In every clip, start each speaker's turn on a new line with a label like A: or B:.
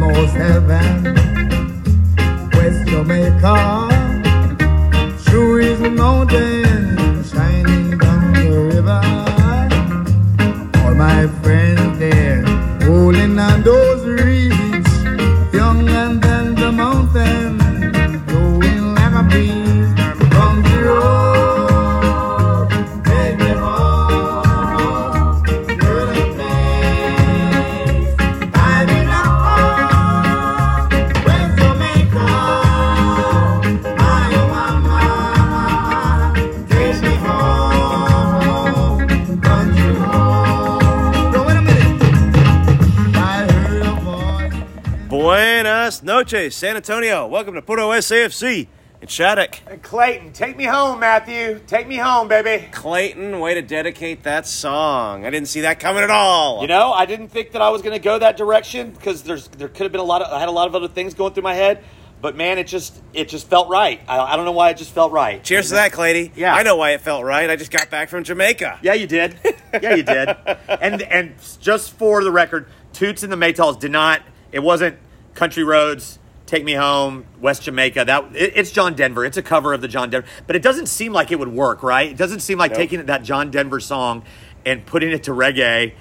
A: almost heaven. West Jamaica, true is the mountain shining down the river. All my friends there holding on those reeds, young and then the mountain, blowing like a breeze. From the road, take me home to the place I belong. West Jamaica, my mama, take me home, country home. No, wait a minute. I heard a voice.
B: Buenas noches, San Antonio. Welcome to Puerto SAFC in Shattuck.
C: And Clayton, take me home, Matthew. Take me home, baby.
B: Clayton, way to dedicate that song. I didn't see that coming at all.
C: You know, I didn't think that I was going to go that direction because there's there could have been a lot of I had a lot of other things going through my head, but man, it just it just felt right. I, I don't know why it just felt right.
B: Cheers to that, Clady.
C: Yeah.
B: I know why it felt right. I just got back from Jamaica.
C: Yeah, you did. Yeah, you did. and and just for the record, Toots and the Maytals did not. It wasn't Country Roads. Take me home, West Jamaica. That it, it's John Denver. It's a cover of the John Denver, but it doesn't seem like it would work, right? It doesn't seem like
B: Nope.
C: taking that John Denver song and putting it to reggae.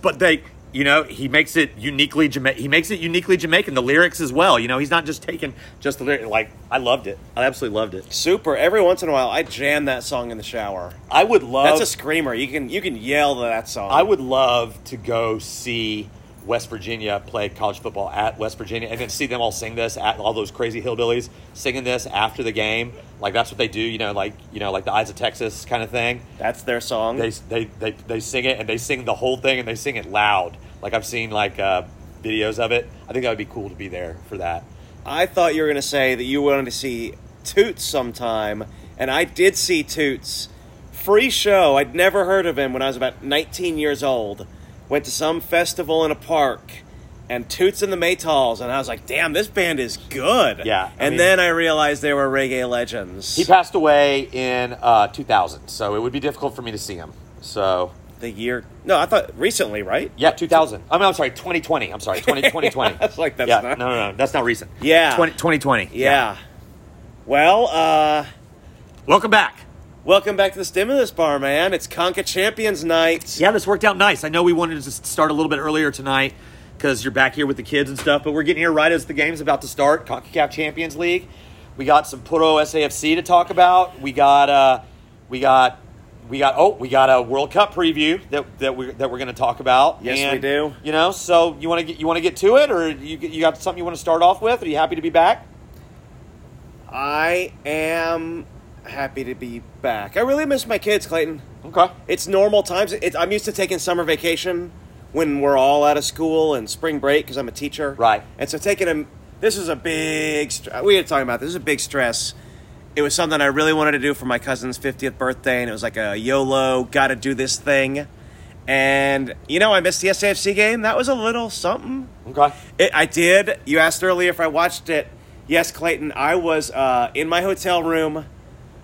C: But they, you know, he makes it uniquely Jama- He makes it uniquely Jamaican. The lyrics as well. You know, he's not just taking just the lyric. Like I loved it. I absolutely loved it.
B: Super. Every once in a while, I jam that song in the shower.
C: I would love.
B: That's a screamer. You can you can yell that song.
C: Oh. I would love to go see West Virginia play college football at West Virginia and then see them all sing this at all those crazy hillbillies singing this after the game. Like that's what they do, you know, like you know, like the Eyes of Texas kind of thing.
B: That's their song.
C: They they they, they sing it and they sing the whole thing and they sing it loud. Like I've seen like uh, videos of it. I think that would be cool to be there for that.
B: I thought you were going to say that you wanted to see Toots sometime, and I did see Toots. Free show. I'd never heard of him when I was about 19 years old. Went to some festival in a park, and Toots and the Maytals, and I was like, damn, this band is good.
C: Yeah, I
B: and
C: mean-
B: then I realized they were reggae legends.
C: He passed away in uh, 2000, so it would be difficult for me to see him. So
B: the year. No, I thought recently, right?
C: Yeah, 2000. I mean, I'm sorry, 2020. I'm sorry, 20, 2020.
B: I was like, that's
C: yeah,
B: not-
C: No, no, no. That's not recent.
B: Yeah.
C: 20, 2020.
B: Yeah. Well, uh,
C: Welcome back.
B: welcome back to the Stimulus Bar, man. It's Conca Champions Night.
C: Yeah, this worked out nice. I know we wanted to s- start a little bit earlier tonight because you're back here with the kids and stuff, but we're getting here right as the game's about to start. CONCACAF Champions League. We got some Puro SAFC to talk about. We got, uh, we got, we got, oh, we got a World Cup preview that, that we're, that we're going to talk about.
B: Yes, we
C: And,
B: do.
C: You know, so you want to get, you want to get to it or you, you got something you want to start off with? Are you happy to be back?
B: I am happy to be back. I really miss my kids, Clayton.
C: Okay.
B: It's normal times. It's, I'm used to taking summer vacation when we're all out of school and spring break because I'm a teacher.
C: Right.
B: And so taking them, this is a big, str- we had talking about this, this is a big stress. It was something I really wanted to do for my cousin's 50th birthday, and it was like a YOLO, gotta do this thing. And, you know, I missed the SAFC game. That was a little something.
C: Okay.
B: It, I did. You asked earlier if I watched it. Yes, Clayton. I was uh, in my hotel room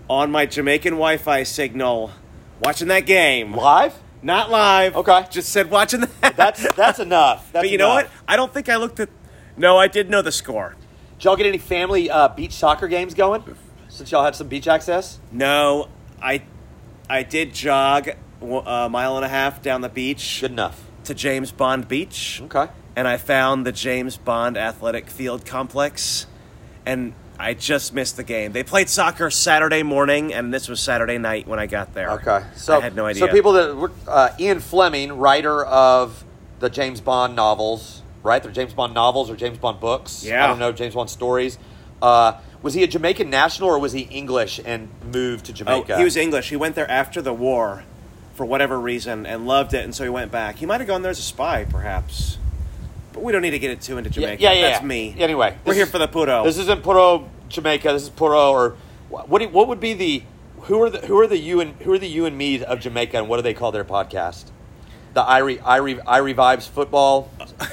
B: on my Jamaican Wi-Fi signal, watching that game.
C: Live?
B: Not live.
C: Okay.
B: Just said watching that.
C: That's that's enough. That's
B: but you know what?
C: enough.
B: I don't think I looked at. No, I did know the score.
C: Did y'all get any family uh, beach soccer games going? Since y'all had some beach access?
B: No, I, I did jog a mile and a half down the beach
C: Good enough.
B: to James Bond Beach.
C: Okay.
B: and I found the James Bond Athletic Field Complex, and I just missed the game. They played soccer Saturday morning, and this was Saturday night when I got there.
C: Okay. So
B: I had no idea.
C: So people that were uh, Ian Fleming, writer of the James Bond novels, right? They're James Bond novels or James Bond books.
B: Yeah.
C: I don't know, James Bond stories. Uh, was he a Jamaican national or was he English and moved to
B: Oh,
C: Jamaica?
B: he was English. He went there after the war, for whatever reason, and loved it, and so he went back. He might have gone there as a spy, perhaps. But we don't need to get it too into
C: Yeah,
B: Jamaica.
C: yeah, yeah.
B: That's
C: yeah.
B: me.
C: Anyway,
B: we're
C: this
B: here
C: is-
B: for the puto.
C: This isn't Puro Jamaica. This is Puro or wh- what? do- What would be the who are the who are the you and who are the you and me's of Jamaica and what do they call their podcast? The Irie Irie Irie Vibes football,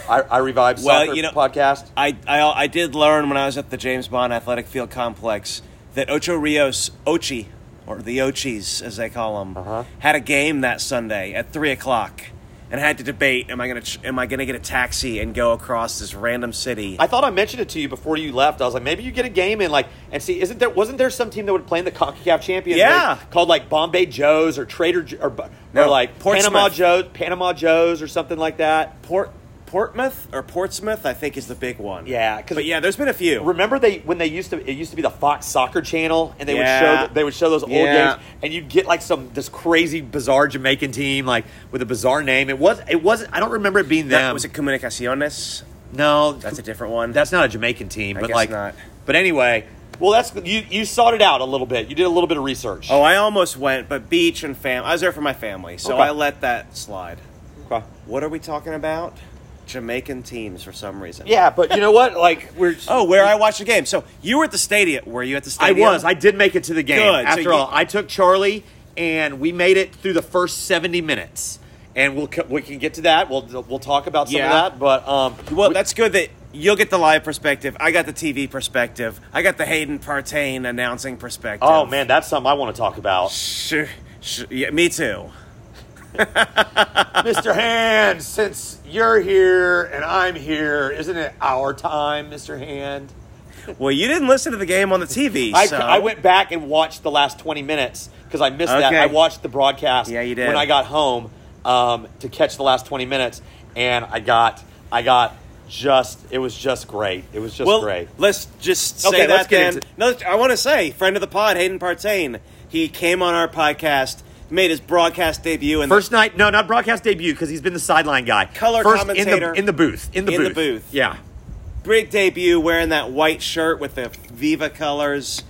C: I Irie Vibes
B: Well,
C: soccer
B: you know-
C: podcast.
B: I, I I did learn when I was at the James Bond Athletic Field Complex that Ocho Rios Ochi, or the Ochis as they call them,
C: Uh-huh.
B: had a game that Sunday at three o'clock, and I had to debate: am I gonna ch- am I gonna get a taxi and go across this random city?
C: I thought I mentioned it to you before you left. I was like, maybe you get a game in, like, and see, isn't there? Wasn't there some team that would play in the Concacaf Champions
B: Yeah.
C: League called like Bombay Joes or Trader Jo- or,
B: No,
C: or like
B: Portsmouth.
C: Panama Joes, Panama Joes or something like that?
B: Port Portmouth or Portsmouth, I think, is the big one.
C: Yeah, 'cause-
B: but yeah, there's been a few.
C: Remember they when they used to it used to be the Fox Soccer Channel and they
B: Yeah.
C: would show they would show those old
B: Yeah.
C: games and you'd get like some this crazy bizarre Jamaican team like with a bizarre name. It was it wasn't I don't remember it being them.
B: That was it Comunicaciones.
C: no,
B: That's a different one.
C: That's not a Jamaican team,
B: I
C: but
B: guess
C: like
B: not.
C: But anyway, well that's you you sought it out a little bit. You did a little bit of research.
B: oh, I almost went, but beach and fam. I was there for my family, so
C: Okay.
B: I let that slide.
C: Okay.
B: What are we talking about? Jamaican teams for some reason.
C: Yeah, but you know what? Like we're
B: Oh, where I watched the game. So you were at the stadium. Were you at the
C: I
B: stadium?
C: was. I did make it to the game.
B: Good. So
C: After
B: you-
C: all, I took Charlie, and we made it through the first seventy minutes. And we'll co- we can get to that. We'll we'll talk about some
B: Yeah.
C: of that. But um,
B: Well,
C: we-
B: that's good that you'll get the live perspective. I got the TV perspective. I got the Hayden Partain announcing perspective.
C: oh man, that's something I want to talk about,
B: Sh- sh- yeah, me too.
C: Mr. Hand. Since you're here and I'm here, isn't it our time, Mr. Hand?
B: Well, you didn't listen to the game on the TV.
C: I,
B: so.
C: I went back and watched the last 20 minutes because I missed that.
B: Okay.
C: I watched the broadcast
B: Yeah, you did.
C: when I got home um, to catch the last 20 minutes, and I got I got just it was just great. It was just
B: Well,
C: great.
B: let's just say
C: Okay,
B: that
C: let's get
B: then.
C: into-
B: no, I want to say, friend of the pod, Hayden Partain. He came on our podcast, made his broadcast debut, and
C: First night, no, not broadcast debut because he's been the sideline guy.
B: Color
C: First in
B: commentator.
C: the in the booth in the
B: In the
C: booth.
B: booth.
C: Yeah,
B: big debut wearing that white shirt with the Viva colors.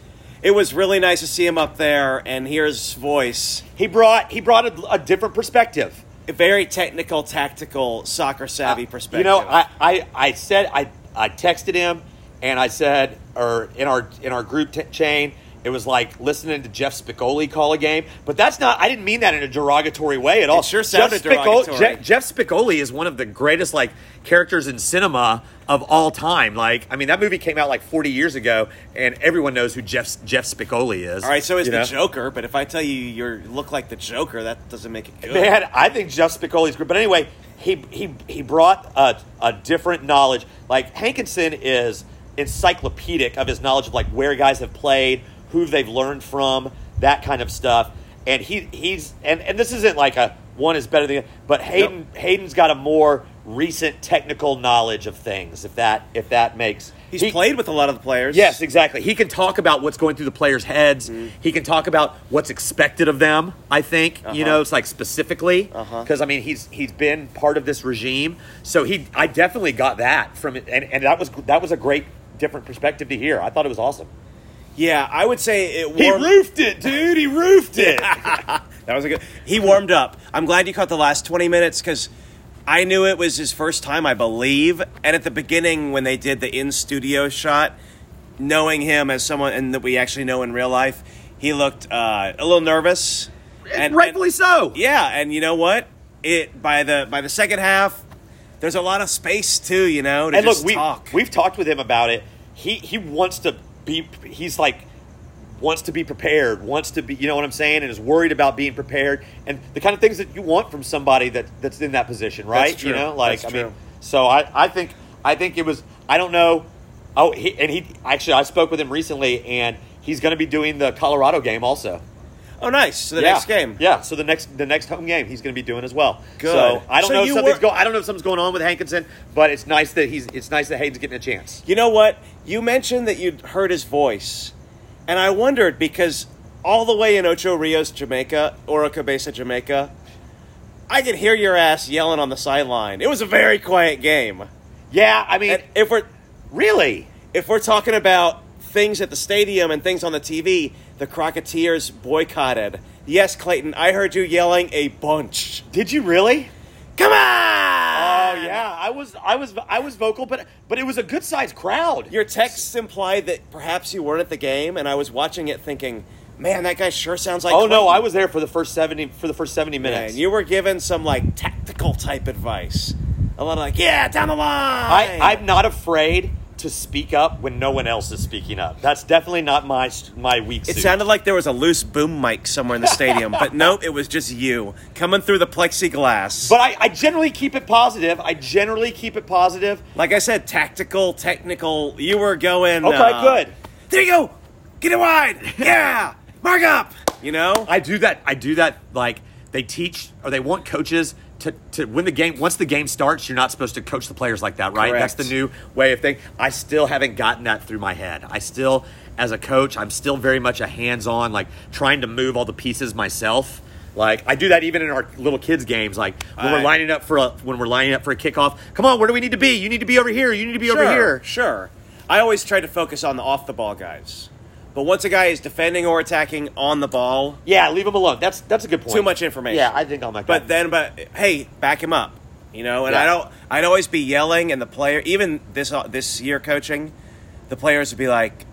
B: It was really nice to see him up there and hear his voice.
C: he brought he brought a, a different perspective.
B: A very technical, tactical, soccer savvy perspective.
C: Uh, You know, I, I, I said I, I texted him and I said or in our in our group t- chain it was like listening to Jeff Spicoli call a game, but that's not. I didn't mean that in a derogatory way at all.
B: It sure
C: Jeff
B: sounded
C: Spicoli-
B: derogatory.
C: Je- Jeff Spicoli is one of the greatest like characters in cinema of all time. Like, I mean, that movie came out like 40 years ago, and everyone knows who Jeff Jeff Spicoli is.
B: All right, so is
C: you
B: the
C: know?
B: Joker, but if I tell you you are look like the Joker, that doesn't make it good.
C: Man, I think Jeff Spicoli's great. But anyway, he he he brought a, a different knowledge. Like Hankinson is encyclopedic of his knowledge of like where guys have played, who they've learned from, that kind of stuff. And he he's and, and this isn't like a one is better than the other, but Hayden Hayden's got a more recent technical knowledge of things, if that if that makes
B: He's
C: he-
B: played with a lot of the players.
C: Yes, exactly. He can talk about what's going through the players' heads. He can talk about what's expected of them. I think you know it's like specifically because I mean he's he's been part of this regime, so he I definitely got that from it, and, and that was that was a great different perspective to hear. I thought it was awesome.
B: Yeah, I would say it
C: He
B: warmed
C: roofed it, dude. He roofed it.
B: That was a good. He warmed up. I'm glad you caught the last 20 minutes because I knew it was his first time, I believe. And at the beginning, when they did the in studio shot, knowing him as someone and that we actually know in real life, he looked uh, a little nervous. And
C: Rightfully
B: and-
C: so.
B: yeah, and you know what? It by the by the second half, there's a lot of space too. You know, to
C: and
B: just
C: look, we
B: talk.
C: we've talked with him about it. He he wants to be. He's like wants to be prepared. Wants to be. You know what I'm saying? And is worried about being prepared and the kind of things that you want from somebody that that's in that position, right? You
B: true.
C: know, like
B: That's
C: I mean.
B: true.
C: So I I think I think it was I don't know. Oh, he, and he actually I spoke with him recently, and he's going to be doing the Colorado game also.
B: oh, nice. So the
C: yeah.
B: next game.
C: Yeah, so the next the next home game he's going to be doing as well.
B: Good.
C: So I don't
B: So
C: know if
B: you
C: something's
B: were-
C: go, I don't know if something's going on with Hankinson, but it's nice that he's it's nice that Hayden's getting a chance.
B: You know what? You mentioned that you'd heard his voice, and I wondered because all the way in Ocho Rios, Jamaica, or Cabeza, Jamaica, I could hear your ass yelling on the sideline. It was a very quiet game.
C: Yeah, I mean,
B: And if we're
C: really?
B: if we're talking about things at the stadium and things on the TV, the Crocketeers boycotted. Yes, Clayton, I heard you yelling a bunch.
C: Did you really?
B: Come
C: Oh
B: on!
C: yeah, I was I was I was vocal, but but it was a good sized crowd.
B: Your texts implied that perhaps you weren't at the game, and I was watching it thinking, man, that guy sure sounds like.
C: oh no,
B: Clinton."
C: I was there for the first seventy for the first seventy minutes.
B: And you were given some like tactical type advice. A lot of like, yeah, down the line.
C: I, I'm not afraid to speak up when no one else is speaking up. That's definitely not my my weak suit.
B: It sounded like there was a loose boom mic somewhere in the stadium, but nope, it was just you coming through the plexiglass.
C: but I, I generally keep it positive. I generally keep it positive.
B: like I said, tactical, technical. You were going.
C: Okay,
B: uh,
C: good.
B: There you go. Get it wide. Yeah. Mark up. You know.
C: I do that. I do that. Like they teach or they want coaches to, to when the game once the game starts, you're not supposed to coach the players like that, right? That's
B: Correct.
C: the new way of thing. I still haven't gotten that through my head. I still, as a coach, I'm still very much a hands-on, like trying to move all the pieces myself. Like I do that even in our little kids' games. Like when we're
B: I-
C: lining up for a when we're lining up for a kickoff. Come on, where do we need to be? You need to be over here. You need to be over here.
B: Sure. I always try to focus on the off the ball guys. But once a guy is defending or attacking on the ball,
C: Yeah, leave them alone. That's that's a good point.
B: too much information.
C: Yeah, I think I'm like
B: But
C: that.
B: then, but hey, back him up. You know, and
C: Yeah.
B: I don't. I'd always be yelling, and the player, even this uh, this year coaching, the players would be like,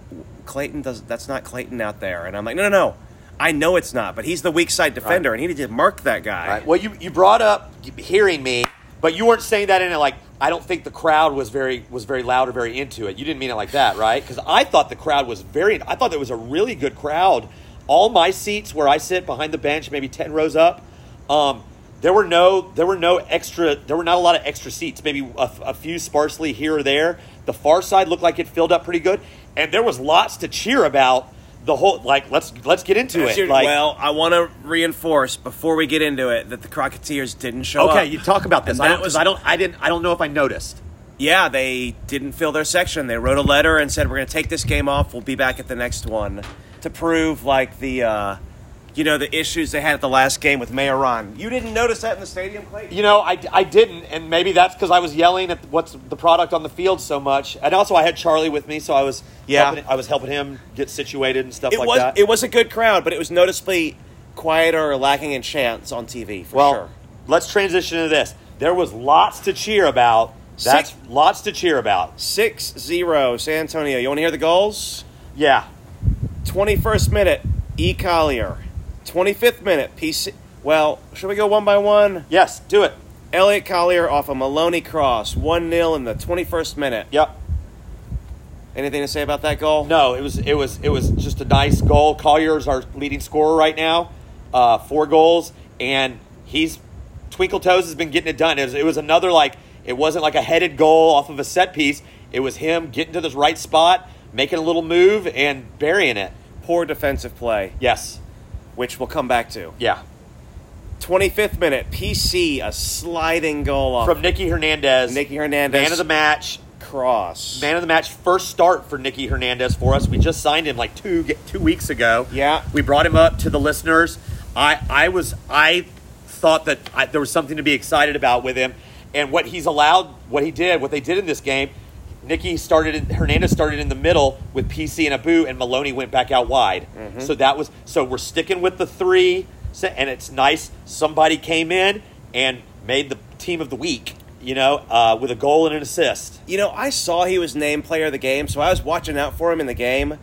B: "Clayton does. That's not Clayton out there." And I'm like, "No, no, no. I know it's not. But he's the weak side defender, and he needed to mark that guy."
C: All right. Well, you, you brought up hearing me, but you weren't saying that in it like I don't think the crowd was very was very loud or very into it. You didn't mean it like that, right? Because I thought the crowd was very. I thought it was a really good crowd. All my seats where I sit behind the bench, maybe ten rows up, um, there were no there were no extra. There were not a lot of extra seats. Maybe a, a few sparsely here or there. The far side looked like it filled up pretty good, and there was lots to cheer about. The whole like let's let's get into
B: That's
C: it.
B: your-
C: Like,
B: well, I want to reinforce before we get into it that the Crocketeers didn't show
C: Okay,
B: up.
C: you talk about this.
B: And
C: I
B: that
C: don't,
B: was-
C: 'cause I don't. I didn't. I don't know if I noticed.
B: yeah, they didn't fill their section. They wrote a letter and said, "We're going to take this game off. We'll be back at the next one to prove like the, uh, you know, the issues they had at the last game with Mayor Ron." You didn't notice that in the stadium, Clayton?
C: You know, I, I didn't, and maybe that's because I was yelling at what's the product on the field so much, and also I had Charlie with me, so I was
B: Yeah.
C: helping, I was helping him get situated and stuff
B: it
C: like
B: was
C: that.
B: it was a good crowd, but it was noticeably quieter or lacking in chance on TV for
C: well,
B: sure.
C: let's transition to this. There was lots to cheer about. That's
B: Six-
C: lots to cheer about.
B: 6-0 San Antonio. You want to hear the goals?
C: Yeah,
B: 21st minute, E. Collier. 25th minute, PC. Well, should we go one by one?
C: yes, do it.
B: Elliot Collier off a Maloney cross, 1 0 in the 21st minute.
C: Yep.
B: Anything to say about that goal?
C: No, it was it was it was just a nice goal. Collier's our leading scorer right now, uh, four goals, and he's Twinkle Toes has been getting it done. It was, it was another like it wasn't like a headed goal off of a set piece. It was him getting to this right spot, making a little move, and burying it.
B: Poor defensive play,
C: Yes,
B: which we'll come back to.
C: yeah,
B: 25th minute, PC, a sliding goal off
C: from Nicky Hernandez,
B: Nicky Hernandez.
C: man of the match,
B: cross.
C: man of the match, first start for Nicky Hernandez for us. We just signed him like two two weeks ago.
B: Yeah.
C: we brought him up to the listeners. I I was I thought that I, there was something to be excited about with him, and what he's allowed, what he did, what they did in this game. Nicky started in, Hernandez started in the middle with PC and Abu, and Maloney went back out wide. So that was so we're sticking with the three, so- and it's nice somebody came in and made the team of the week. You know, uh, with a goal and an assist.
B: You know, I saw he was named player of the game, so I was watching out for him in the game.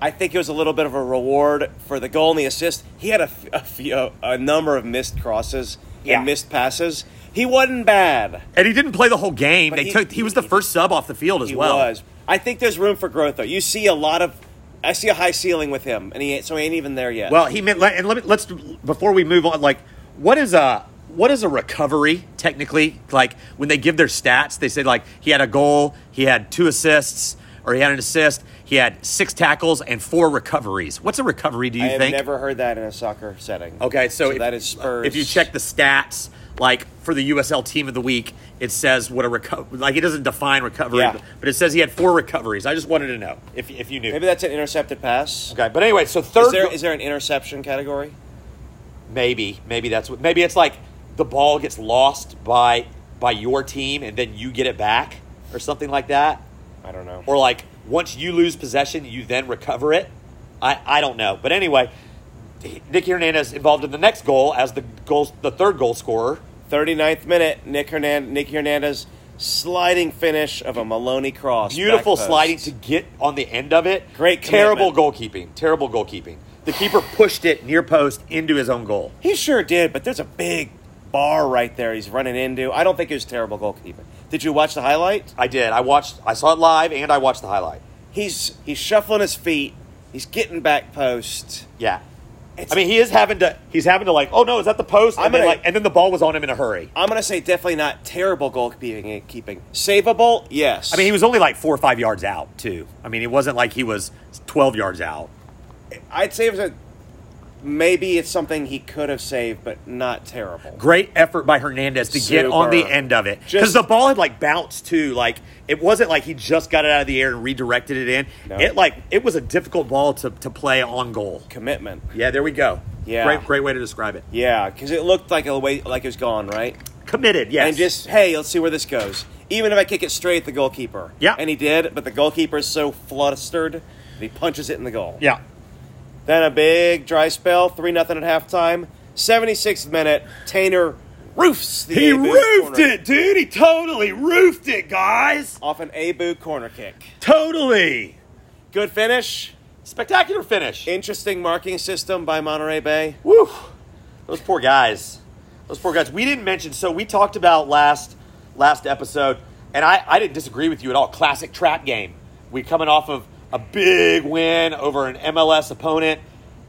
B: I think it was a little bit of a reward for the goal and the assist. He had a, f- a few, a number of missed crosses
C: Yeah.
B: and missed passes. He wasn't bad.
C: And he didn't play the whole game.
B: But
C: they
B: he-
C: took. He was the first sub off the field as
B: He
C: well.
B: was. I think there's room for growth, though. You see a lot of, I see a high ceiling with him, and he ain't, so he ain't even there yet.
C: Well, he meant. And let me, let's before we move on. Like, what is a what is a recovery technically? Like when they give their stats, they say like he had a goal, he had two assists, or he had an assist. He had six tackles and four recoveries. What's a recovery? Do you
B: I have
C: think?
B: never heard that in a soccer setting.
C: Okay, so, if,
B: that is Spurs.
C: If you check the stats, like for the USL Team of the Week, it says what a recover. Like it doesn't define recovery,
B: Yeah.
C: but, but it says he had four recoveries. I just wanted to know if if you knew.
B: maybe that's an intercepted pass.
C: Okay, but anyway, so third,
B: Is there
C: go-
B: is there an interception category?
C: maybe, maybe that's what. Maybe it's like the ball gets lost by by your team, and then you get it back, or something like that,
B: I don't know.
C: or like once you lose possession, you then recover it. I I don't know, but anyway, Nicky Hernandez involved in the next goal as the goal, the third goal scorer.
B: 39th minute, Nick Hernandez, Nick Hernandez sliding finish of a Maloney cross.
C: Beautiful
B: back post.
C: sliding to get on the end of it.
B: Great
C: terrible goalkeeping. Terrible goalkeeping. The keeper pushed it near post into his own goal.
B: He sure did, but there's a big bar right there he's running into. I don't think it was terrible goalkeeping. Did you watch the highlight?
C: I did. I watched. I saw it live, and I watched the highlight.
B: He's he's shuffling his feet. He's getting back post.
C: Yeah.
B: It's-
C: I mean, he is having to. He's having to like. Oh no, is that the post? And
B: I'm
C: then
B: gonna-
C: like, and then the ball was on him in a hurry.
B: I'm gonna say definitely not terrible goalkeeping. Keeping savable, yes.
C: I mean, he was only like four or five yards out too. I mean, it wasn't like he was twelve yards out.
B: I'd say it was a, maybe it's something he could have saved, but not terrible.
C: Great effort by Hernandez to get on the
B: Super.
C: end of it because
B: Just-
C: the ball had like bounced too. Like it wasn't like he just got it out of the air and redirected it in.
B: No.
C: It like it was a difficult ball to to play on goal.
B: Commitment,
C: Yeah, there we go.
B: Yeah.
C: great great way to describe it.
B: yeah, because it looked like a way like it was gone right,
C: Committed, yes.
B: and just hey, let's see where this goes. Even if I kick it straight at the goalkeeper,
C: Yeah.
B: and he did, but the goalkeeper is so flustered that he punches it in the goal.
C: yeah.
B: Then a big dry spell, three nothing at halftime. 76th minute, Tainer roofs the
C: He
B: Abu
C: roofed
B: corner
C: it, dude. He totally roofed it, guys.
B: off an Abu corner kick.
C: Totally.
B: Good finish.
C: Spectacular finish.
B: Interesting marking system by Monterey Bay.
C: Woo! Those poor guys. Those poor guys. We didn't mention. So we talked about last last episode, and I I didn't disagree with you at all. Classic trap game. We coming off of a big win over an MLS opponent.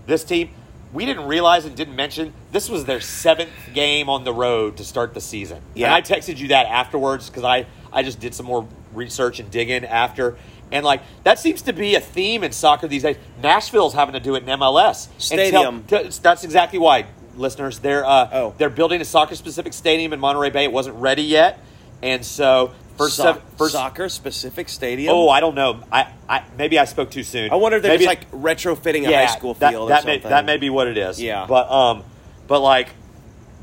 C: This team. We didn't realize and didn't mention this was their seventh game on the road to start the season.
B: Yeah.
C: And I texted you that afterwards because I, I just did some more research and digging after. And like that seems to be a theme in soccer these days. Nashville's having to do it in MLS. And tell-
B: Stadium.
C: t- it's- that's exactly why, listeners. They're uh,
B: Oh.
C: they're building a soccer specific stadium in Monterey Bay. It wasn't ready yet, and so first
B: So-
C: seven, first.
B: soccer specific stadium.
C: Oh, I don't know. I, I maybe I spoke too soon.
B: I wonder if they're
C: Maybe-
B: just like retrofitting a high school
C: that,
B: field
C: that
B: or
C: may,
B: something.
C: that may be what it is.
B: Yeah.
C: But um, but like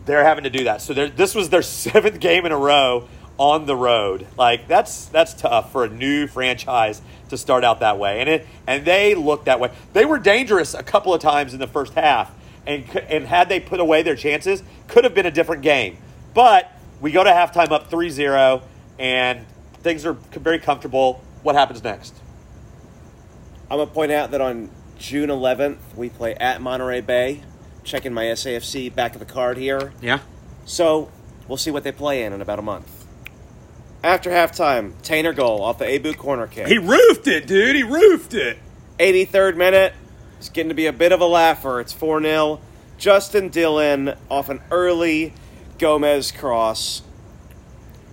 C: they're having to do that. So they're- this was their seventh game in a row on the road. Like that's that's tough for a new franchise to start out that way. And it and they looked that way. They were dangerous a couple of times in the first half, and cou- and had they put away their chances, could have been a different game. But we go to halftime up 3-0, and things are very comfortable. What happens next?
B: I'm gonna point out that on June 11th we play at Monterey Bay. Checking my SAFC back of the card here.
C: Yeah.
B: So we'll see what they play in in about a month. After halftime, Tainer goal off the Abu corner kick.
C: roofed it, dude. He roofed it.
B: 83rd minute. It's getting to be a bit of a laugher. It's 4 0. Justin Dillon off an early Gomez cross.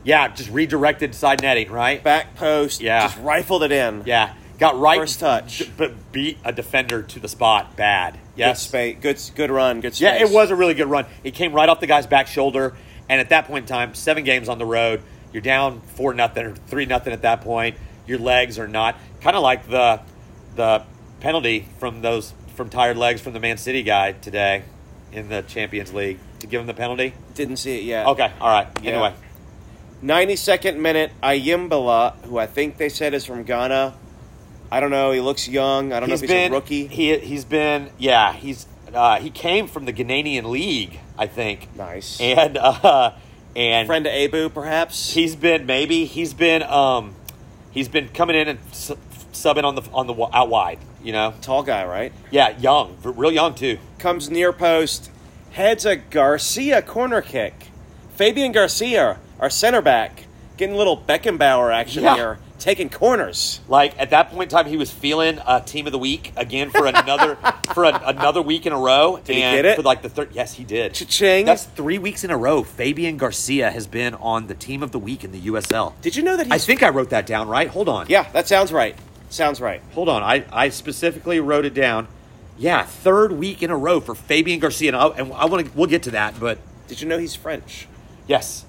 C: Yeah, just redirected side netting, right?
B: Back post.
C: Yeah.
B: Just rifled it in.
C: Yeah, got right
B: First touch.
C: but beat a defender to the spot. Bad.
B: Good
C: Yes.
B: space. Good, good run. Good space.
C: Yeah, it was a really good run. It came right off the guy's back shoulder, and at that point in time, seven games on the road, you're down four nothing or three nothing at that point. Your legs are not kind of like the the penalty from those from tired legs from the Man City guy today in the Champions League to give him the penalty.
B: Didn't see it yet.
C: Okay, all right.
B: Yeah.
C: Anyway,
B: 92nd minute, Ayimbala, who I think they said is from Ghana. I don't know. He looks young. I don't
C: He's
B: know if he's
C: been
B: a rookie.
C: He he's been yeah he's uh, he came from the Ghanaian league I think.
B: Nice.
C: And uh, and
B: Friend to Abu, perhaps.
C: he's been maybe he's been um he's been coming in and su- subbing on the on the w- out wide you know
B: Tall guy, right?
C: yeah young r- real young too
B: comes near post, heads a Garcia corner kick. Fabian Garcia, our center back, getting a little Beckenbauer action
C: Yeah.
B: here, taking corners.
C: like at that point in time he was feeling uh, team of the week again for another for a, another week in a row
B: Did he
C: and
B: get it?
C: for like the third yes he did
B: Cha-ching.
C: that's three weeks in a row Fabian Garcia has been on the team of the week in the USL
B: Did you know that
C: I
B: he's?
C: think I wrote that down right. Hold on.
B: yeah, that sounds right. Sounds right.
C: Hold on. I, I specifically wrote it down. Yeah, third week in a row for Fabian Garcia, and I, and I want to. We'll get to that, but
B: Did you know he's French?
C: yes,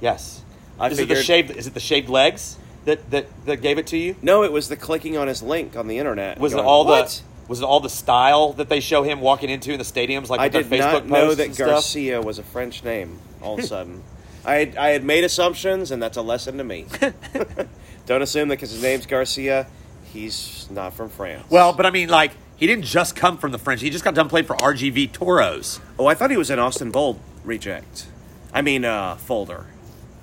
C: yes.
B: I
C: is it the
B: figured-
C: shaved? Is it the shaved legs that that, that gave it to you?
B: No, it was the clicking on his link on the internet.
C: Was
B: Going,
C: it all
B: what?
C: the? Was it all the style that they show him walking into in the stadiums, like
B: I
C: with their
B: did
C: Facebook
B: not know
C: posts
B: that
C: and stuff?
B: Garcia was a French name. All of a sudden, I had, I had made assumptions, and that's a lesson to me. Don't assume that because his name's Garcia, he's not from France.
C: Well, but I mean, like he didn't just come from the French. He just got done playing for RGV Toros.
B: Oh, I thought he was an Austin Bold reject. I mean, uh, folder.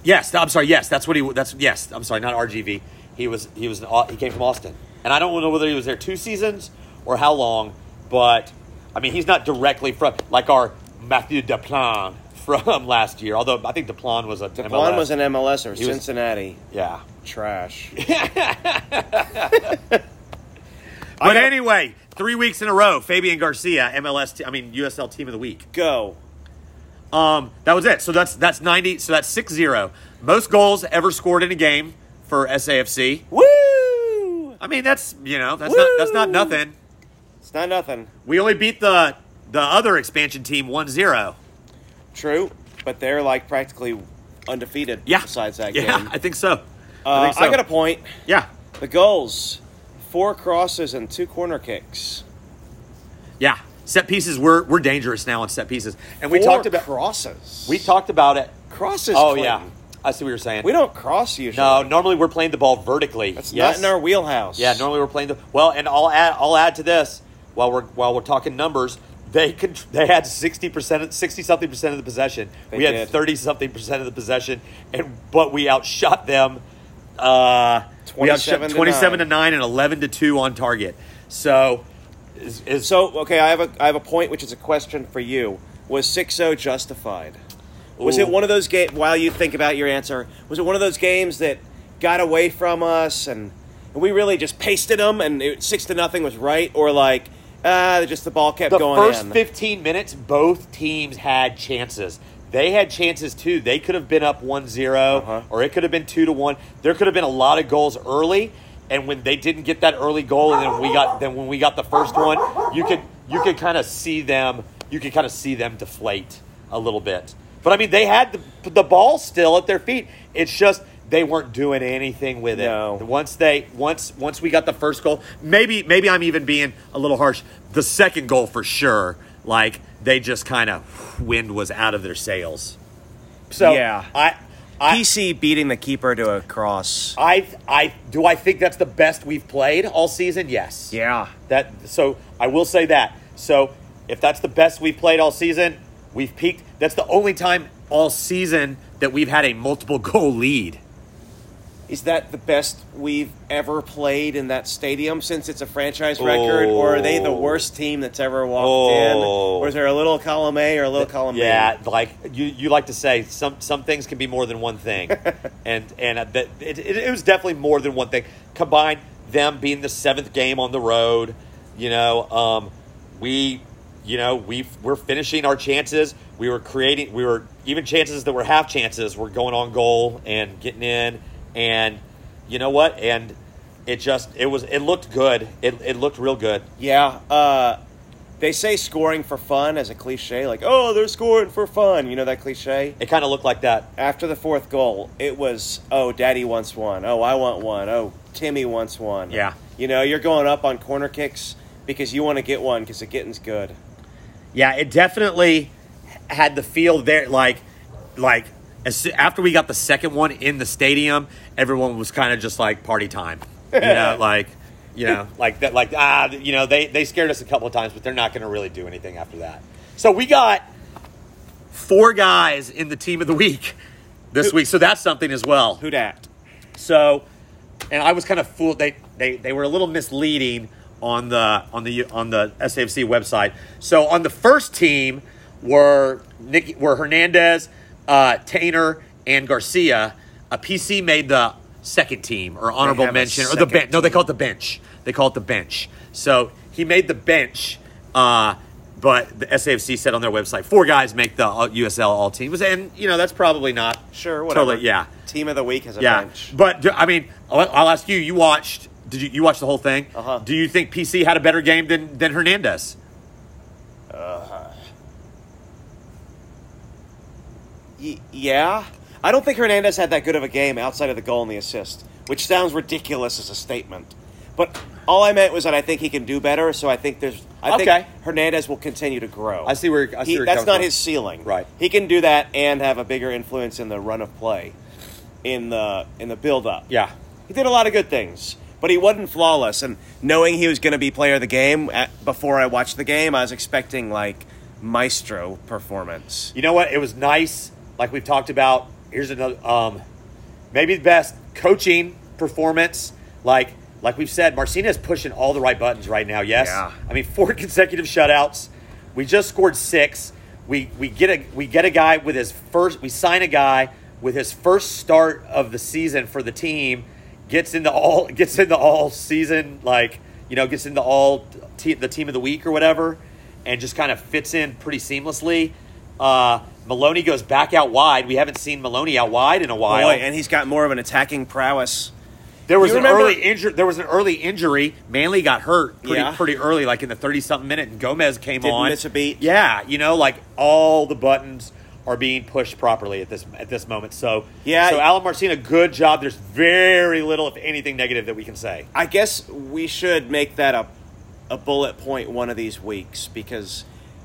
C: Yes, I'm sorry. Yes, that's what he. That's yes. I'm sorry, not RGV. He was. He was. An, Au- he came from Austin, and I don't know whether he was there two seasons or how long. But I mean, he's not directly from like our Matthew Deplan from last year. Although I think DePlon was a
B: DePlon
C: MLS.
B: was an MLSer.
C: He was-
B: Cincinnati.
C: yeah.
B: Trash.
C: But anyway, three weeks in a row, Fabian Garcia, MLS, te- I mean USL Team of the Week.
B: Go.
C: Um, that was it. So that's that's ninety. So that's six zero. Most goals ever scored in a game for SAFC.
B: Woo!
C: I mean, that's you know that's not that's not
B: Woo!
C: nothing.
B: It's not nothing.
C: We only beat the the other expansion team 1-0.
B: True, but they're like practically undefeated.
C: Yeah.
B: Besides that
C: yeah,
B: game.
C: I think so.
B: Uh,
C: I think so.
B: got a point.
C: yeah.
B: The goals: four crosses and two corner kicks.
C: Yeah. Set pieces we're we're dangerous now on set pieces. And we
B: Four
C: talked about
B: crosses.
C: we talked about it.
B: crosses.
C: Oh
B: Clinton.
C: yeah. I see what you're saying.
B: We don't cross usually.
C: no, normally we're playing the ball vertically.
B: That's
C: yes.
B: not in our wheelhouse.
C: Yeah, normally we're playing the well, and I'll add I'll add to this while we're while we're talking numbers. They could they had sixty percent sixty something percent of the possession.
B: They
C: we had
B: did.
C: thirty something percent of the possession, and but we outshot them. Uh, we outshot
B: 27 to
C: 27 to nine and eleven to two on target. So is, is
B: So okay, I have a I have a point, which is a question for you. Was 6-0 justified? Was
C: Ooh.
B: it one of those games? While you think about your answer, was it one of those games that got away from us and, and we really just pasted them and it, six to nothing was right, or like ah, just the ball kept
C: the
B: going
C: first
B: in?
C: 15 minutes both teams had chances they had chances too they could have been up 1-0
B: Uh-huh.
C: or it could have been 2 to 1 there could have been a lot of goals early and when they didn't get that early goal and then we got then when we got the first one you could you could kind of see them you could kind of see them deflate a little bit but i mean they had the, the ball still at their feet it's just they weren't doing anything with it
B: No.
C: once they once once we got the first goal, maybe maybe I'm even being a little harsh. The second goal for sure, like they just kind of wind was out of their sails. So
B: Yeah.
C: I I
B: PC beating the keeper to a cross.
C: I I do I think that's the best we've played all season. Yes.
B: Yeah.
C: That so I will say that. So if that's the best we've played all season, we've peaked. That's the only time all season that we've had a multiple goal lead.
B: Is that the best we've ever played in that stadium since it's a franchise record, or are they the
C: Oh.
B: worst team that's ever walked in?
C: Oh.
B: Or is there a little column A or a little column B?
C: Yeah, like you, you like to say, some some things can be more than one thing, and and uh, that it, it, it was definitely more than one thing. Combined, them being the seventh game on the road, you know, um, we, you know, we we're finishing our chances. We were creating, we were even chances that were half chances. We're going on goal and getting in, and you know what? And it just it was it looked good. It it looked real good.
B: Yeah. Uh, they say scoring for fun as a cliche, like, oh, they're scoring for fun. You know that cliche?
C: It kind of looked like that.
B: After the fourth goal, it was, oh, daddy wants one. Oh, I want one. Oh, Timmy wants one.
C: Yeah.
B: You know, you're going up on corner kicks because you want to get one because the getting's good.
C: Yeah, it definitely had the feel there. Like, like as, soo- after we got the second one in the stadium, everyone was kind of just like party time. You know, like you know, like that, like ah, you know, they they scared us a couple of times, but they're not going to really do anything after that. So we got four guys in the team of the week this week. So that's something as well.
B: Who dat?
C: So, and I was kind of fooled. They they they were a little misleading on the on the on the SAFC website. So on the first team were Nicky were Hernandez, uh, Tainer, and Garcia. A PC made the second team or honorable
B: have a
C: mention or the
B: second
C: bench. No, they call it the bench. They call it the bench. So he made the bench. Uh, but the SAFC said on their website, four guys make the all- USL all teams, and you know that's probably not
B: Sure, whatever.
C: Totally, yeah,
B: Team of the week has a
C: yeah,
B: bench.
C: but do- I mean, I'll, I'll ask you. You watched? Did you you watch the whole thing?
B: Uh-huh.
C: Do you think PC had a better game than than Hernandez?
B: Y- yeah. I don't think Hernandez had that good of a game outside of the goal and the assist, which sounds ridiculous as a statement. But all I meant was that I think he can do better, so I think there's I
C: Okay.
B: think Hernandez will continue to grow.
C: I see where- I see
B: He-
C: where you're
B: that's
C: coming
B: not
C: from.
B: his ceiling.
C: Right.
B: He can do that and have a bigger influence in the run of play, in the in the build up.
C: Yeah,
B: He did a lot of good things, but he wasn't flawless. And knowing he was going to be player of the game at, before I watched the game, I was expecting like maestro performance.
C: You know what? It was nice. Like we've talked about. Here's another. Um, maybe the best coaching performance. Like like we've said, Marcina is pushing all the right buttons right now. Yes.
B: Yeah.
C: I mean, four consecutive shutouts. We just scored six. we we get a we get a guy with his first we sign a guy with his first start of the season for the team gets into all gets into all season like you know gets into all te- the team of the week or whatever and just kind of fits in pretty seamlessly uh, Maloney goes back out wide we haven't seen Maloney out wide in a while
B: Boy, and he's got more of an attacking prowess.
C: there was
B: You
C: an
B: remember-
C: early injury. There was an early injury. Manley got hurt pretty,
B: Yeah.
C: pretty early, like in the thirty something minute, and Gomez came
B: Didn't
C: on.
B: miss a beat.
C: Yeah, you know, like all the buttons are being pushed properly at this at this moment. So
B: Yeah.
C: So Alan Marcina, good job. There's very little, if anything, negative that we can say.
B: I guess we should make that a, a bullet point one of these weeks because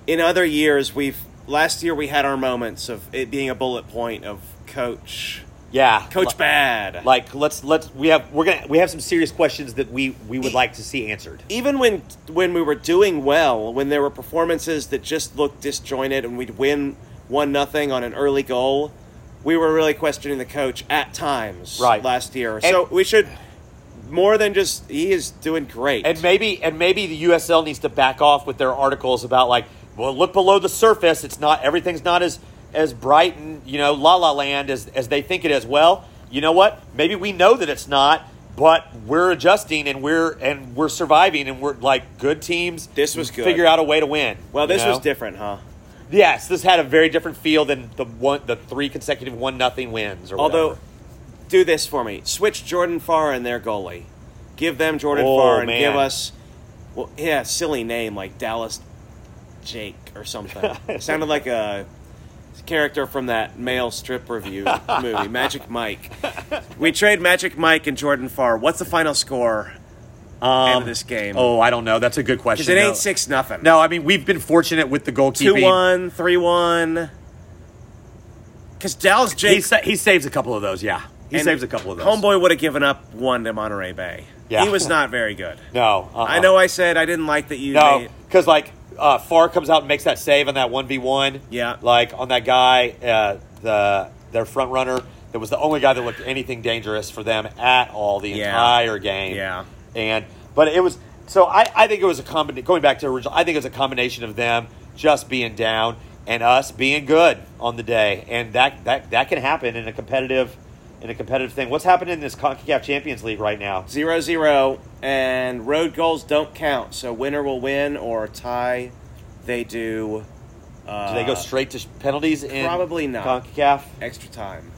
B: in other years we've last year we had our moments of it being a bullet point of coach
C: Yeah,
B: coach
C: Like,
B: bad.
C: like let's let's we have we're gonna we have some serious questions that we we would like to see answered.
B: even when when we were doing well, when there were performances that just looked disjointed and we'd win one nothing on an early goal, we were really questioning the coach at times
C: Right.
B: last year. so we should more than just he is doing great.
C: And maybe and maybe the USL needs to back off with their articles about like, well, look below the surface. It's not everything's not as as bright and you know la la land as as they think it is. Well, you know what? Maybe we know that it's not, but we're adjusting and we're and we're surviving and we're like good teams.
B: This was good.
C: Figure out a way to win.
B: well,
C: you
B: this was
C: know?
B: different, huh?
C: Yes, this had a very different feel than the one the three consecutive one nothing wins. Or
B: Although,
C: whatever.
B: do this for me: switch Jordan Farr and their goalie. Give them Jordan
C: Oh,
B: Farr and
C: man.
B: give us, well, yeah, silly name like Dallas Jake or something. It sounded like a character from that male strip review movie, Magic Mike. We trade Magic Mike and Jordan Farr. What's the final score? end of this game?
C: Oh, I don't know. That's a good question.
B: Because it
C: though.
B: ain't six nothing.
C: No, I mean we've been fortunate with the goalkeeping.
B: two one, three one. Because Dallas
C: He,
B: Jake
C: sa- he saves a couple of those, yeah. He
B: And
C: saves a couple of those.
B: Homeboy would have given up one to Monterey Bay.
C: Yeah.
B: He was not very good.
C: No. uh-uh.
B: I know I said I didn't like that you
C: No,
B: made-
C: because, like, uh, Farr comes out and makes that save on that 1v1.
B: Yeah.
C: Like, on that guy, uh, the their front runner, that was the only guy that looked anything dangerous for them at all the
B: Yeah.
C: entire game.
B: Yeah.
C: And, but it was, so I, I think it was a combination, going back to original, I think it was a combination of them just being down and us being good on the day. And that, that, that can happen in a competitive. In a competitive thing, what's happening in this Concacaf Champions League right now?
B: zero zero and road goals don't count. So winner will win or tie they do uh,
C: Do they go straight to sh- penalties in
B: probably not.
C: CONCACAF?
B: extra time.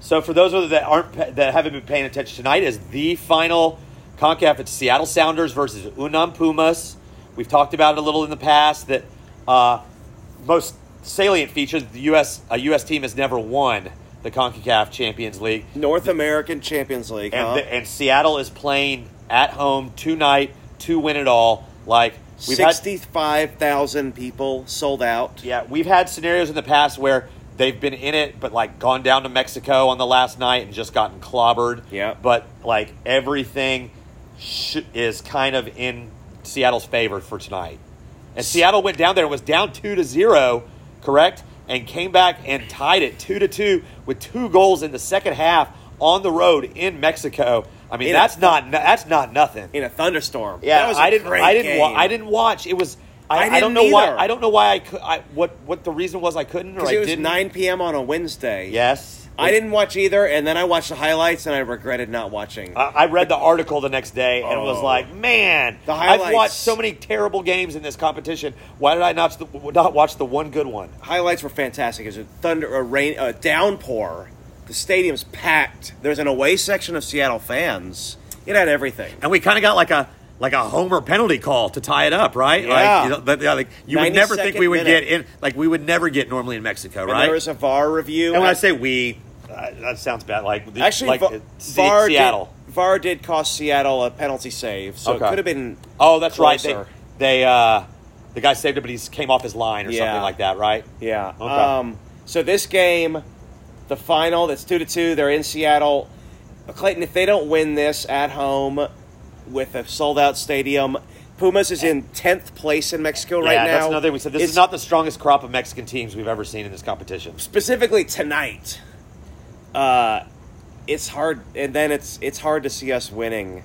C: So for those of you that aren't pa- that haven't been paying attention tonight is the final CONCACAF. It's Seattle Sounders versus Unam Pumas. We've talked about it a little in the past that uh, most salient feature that the U.S. a U.S. team has never won the CONCACAF Champions League,
B: North American Champions League.
C: and,
B: huh?
C: the- and Seattle is playing at home tonight to win it all. Like we've had-
B: Sixty-five thousand people sold out.
C: Yeah, we've had scenarios in the past where they've been in it, but like gone down to Mexico on the last night and just gotten clobbered.
B: Yeah.
C: But like everything sh- is kind of in Seattle's favor for tonight. And Seattle went down there and was down two to zero, correct? And came back and tied it two to two with two goals in the second half on the road in Mexico. I mean,
B: In a-
C: that's not that's not nothing.
B: in a thunderstorm.
C: Yeah,
B: that was a
C: I didn't.
B: Great
C: I didn't. Wa-
B: game.
C: I didn't watch. It was. I,
B: I
C: I, don't
B: didn't
C: know why.
B: either.
C: I don't know why I could. I, what what the reason was I couldn't or I
B: Because it was
C: didn't.
B: 9 p.m. on a Wednesday.
C: Yes,
B: I didn't watch either, and then I watched the highlights, and I regretted not watching.
C: I, I read the article the next day and was
B: Oh.
C: like, man,
B: The
C: I've watched
B: highlights.
C: so many terrible games in this competition. Why did I not not watch the one good one?
B: highlights were fantastic. It was a thunder, a rain, a downpour. The stadium's packed. There's an away section of Seattle fans. It had everything.
C: And we kind of got like a like a homer penalty call to tie it up, right?
B: Yeah.
C: that- yeah, like, you
B: 92nd minute.
C: in. Like we would never get normally in Mexico,
B: And there was a VAR review.
C: and when I say we, uh, that sounds bad. Like the-
B: actually,
C: like
B: Va-
C: uh, Se-
B: VAR
C: Seattle.
B: Did, VAR did cost Seattle a penalty save, so
C: Okay.
B: it could have been.
C: Oh, that's right.
B: closer.
C: They, they uh, the guy saved it, but he came off his line or
B: Yeah.
C: something like that, right?
B: Yeah.
C: Okay.
B: Um, so this game, the final that's two to two. They're in Seattle. Clayton, if they don't win this at home with a sold out stadium, Pumas is in tenth place in Mexico right
C: yeah,
B: now.
C: that's another thing we said. This is
B: It's-
C: not the strongest crop of Mexican teams we've ever seen in this competition.
B: specifically tonight. Uh, it's hard, and then it's it's hard to see us winning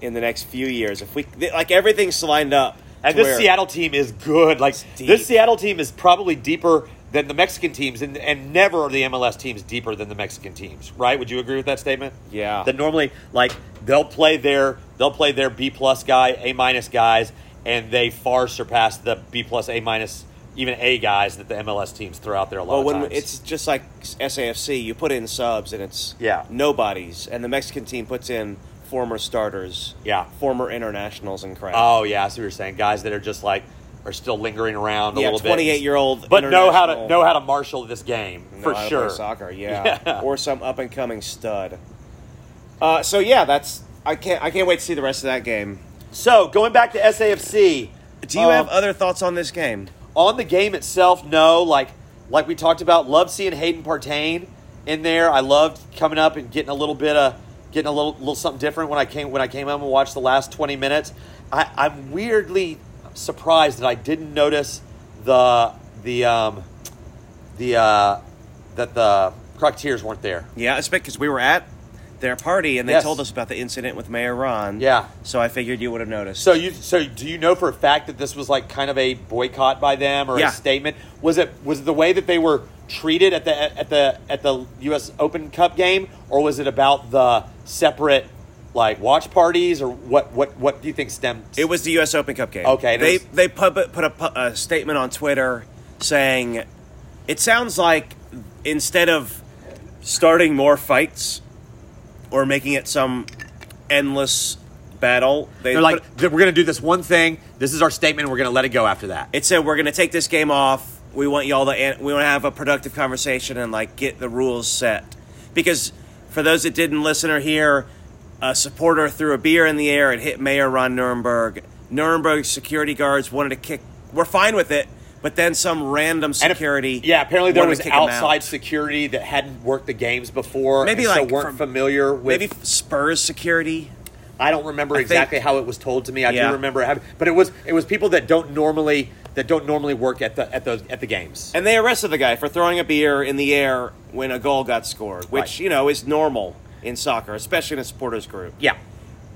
B: in the next few years if we like everything's lined up.
C: And
B: to
C: this
B: where-
C: Seattle team is good. Like
B: deep.
C: this Seattle team is probably deeper than the Mexican teams, and, and never are the MLS teams deeper than the Mexican teams, right? Would you agree with that statement?
B: Yeah.
C: That normally, like they'll play their they'll play their B plus guy, A minus guys, and they far surpass the B plus, A minus, even A guys that the MLS teams throw out there a lot.
B: Well,
C: of
B: when
C: times.
B: it's just like SAFC, you put in subs and it's
C: Yeah.
B: nobodies, and the Mexican team puts in former starters,
C: Yeah.
B: former internationals and crap.
C: Oh yeah, I see what you're saying. Guys that are just like are still lingering around a
B: Yeah,
C: little bit.
B: 28-year-old
C: but know how to
B: international.
C: know how to marshal this game
B: Know
C: for
B: how to play
C: sure.
B: soccer, yeah, or some up and coming stud. Uh, so yeah, that's I can't I can't wait to see the rest of that game.
C: So going back to SAFC,
B: Do you
C: um,
B: have other thoughts on this game?
C: on the game itself? No, like like we talked about, love seeing Hayden Partain in there. I loved coming up and getting a little bit of getting a little little something different when I came when I came home and watched the last twenty minutes. I, I'm weirdly surprised that I didn't notice the the um, the uh, that the Crocketeers weren't there.
B: Yeah, it's because we were at their party and they
C: Yes.
B: told us about the incident with Mayor Ron.
C: Yeah.
B: so I figured you would have noticed.
C: So you so do you know for a fact that this was like kind of a boycott by them or
B: Yeah.
C: a statement? Was it was it the way that they were treated at the at the at the U.S. Open Cup game, or was it about the separate like watch parties or what what what do you think stemmed?
B: It was the U.S. Open Cup game.
C: Okay, and it
B: They
C: was-
B: they put put a, pu- a statement on Twitter saying, "It sounds like instead of starting more fights or making it some endless battle, they
C: They're like
B: put-
C: "Th- we're gonna do this one thing. This is our statement. and We're gonna let it go after that.
B: it said we're going to take this game off. We want y'all to an- we want to have a productive conversation and like get the rules set because for those that didn't listen or hear, a supporter threw a beer in the air and hit Mayor Ron Nuremberg. Nuremberg security guards wanted to kick. We're fine with it, but then some random
C: And if-
B: security.
C: yeah, apparently there
B: wanted to
C: was
B: kick him out.
C: outside security that hadn't worked the games before.
B: Maybe,
C: and so
B: like,
C: weren't
B: from-
C: familiar with
B: Maybe Spurs security.
C: I don't remember
B: I
C: exactly
B: think-
C: how it was told to me. I
B: Yeah.
C: do remember it happening, but it was it was people that don't normally that don't normally work at the at the at the games.
B: And they arrested the guy for throwing a beer in the air when a goal got scored, which
C: Right.
B: you know is normal in soccer, especially in a supporters group.
C: yeah,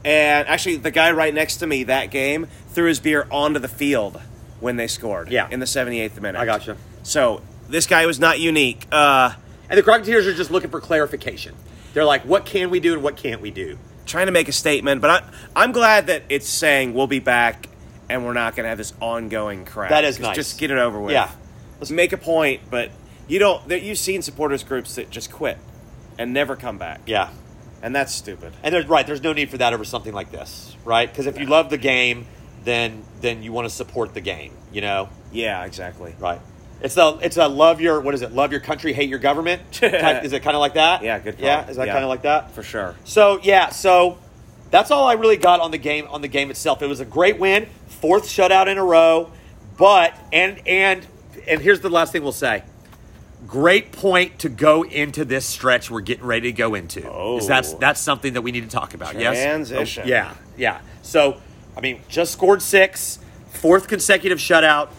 B: And actually, the guy right next to me that game threw his beer onto the field when they scored.
C: Yeah.
B: In the 78th minute.
C: I gotcha.
B: So this guy was not unique. Uh,
C: and the Crocketeers are just looking for clarification. They're like, what can we do and what can't we do?
B: trying to make a statement, but I, I'm glad that it's saying we'll be back and we're not going to have this ongoing crap.
C: That is
B: 'Cause
C: nice.
B: Just get it over with.
C: Yeah.
B: Let's make a point, but you don't. That you've seen supporters groups that just quit and never come back.
C: Yeah,
B: And that's stupid.
C: and there's right. There's no need for that over something like this, right? Because if you love the game, then then you want to support the game. You know,
B: Yeah, exactly.
C: right? It's a it's a love your what is it? Love your country, hate your government. Kind- is it kind of like that?
B: Yeah, good call.
C: Yeah, is that
B: Yeah.
C: kind of like that?
B: For sure.
C: So yeah, so that's all I really got on the game on the game itself. It was a great win, fourth shutout in a row, but and and and here's the last thing we'll say. Great point to go into this stretch we're getting ready to go into.
B: Oh.
C: Is that's that's something that we need to talk about. Yes. Oh,
B: Transition.
C: Yeah, yeah. So, I mean, just scored six, fourth consecutive shutout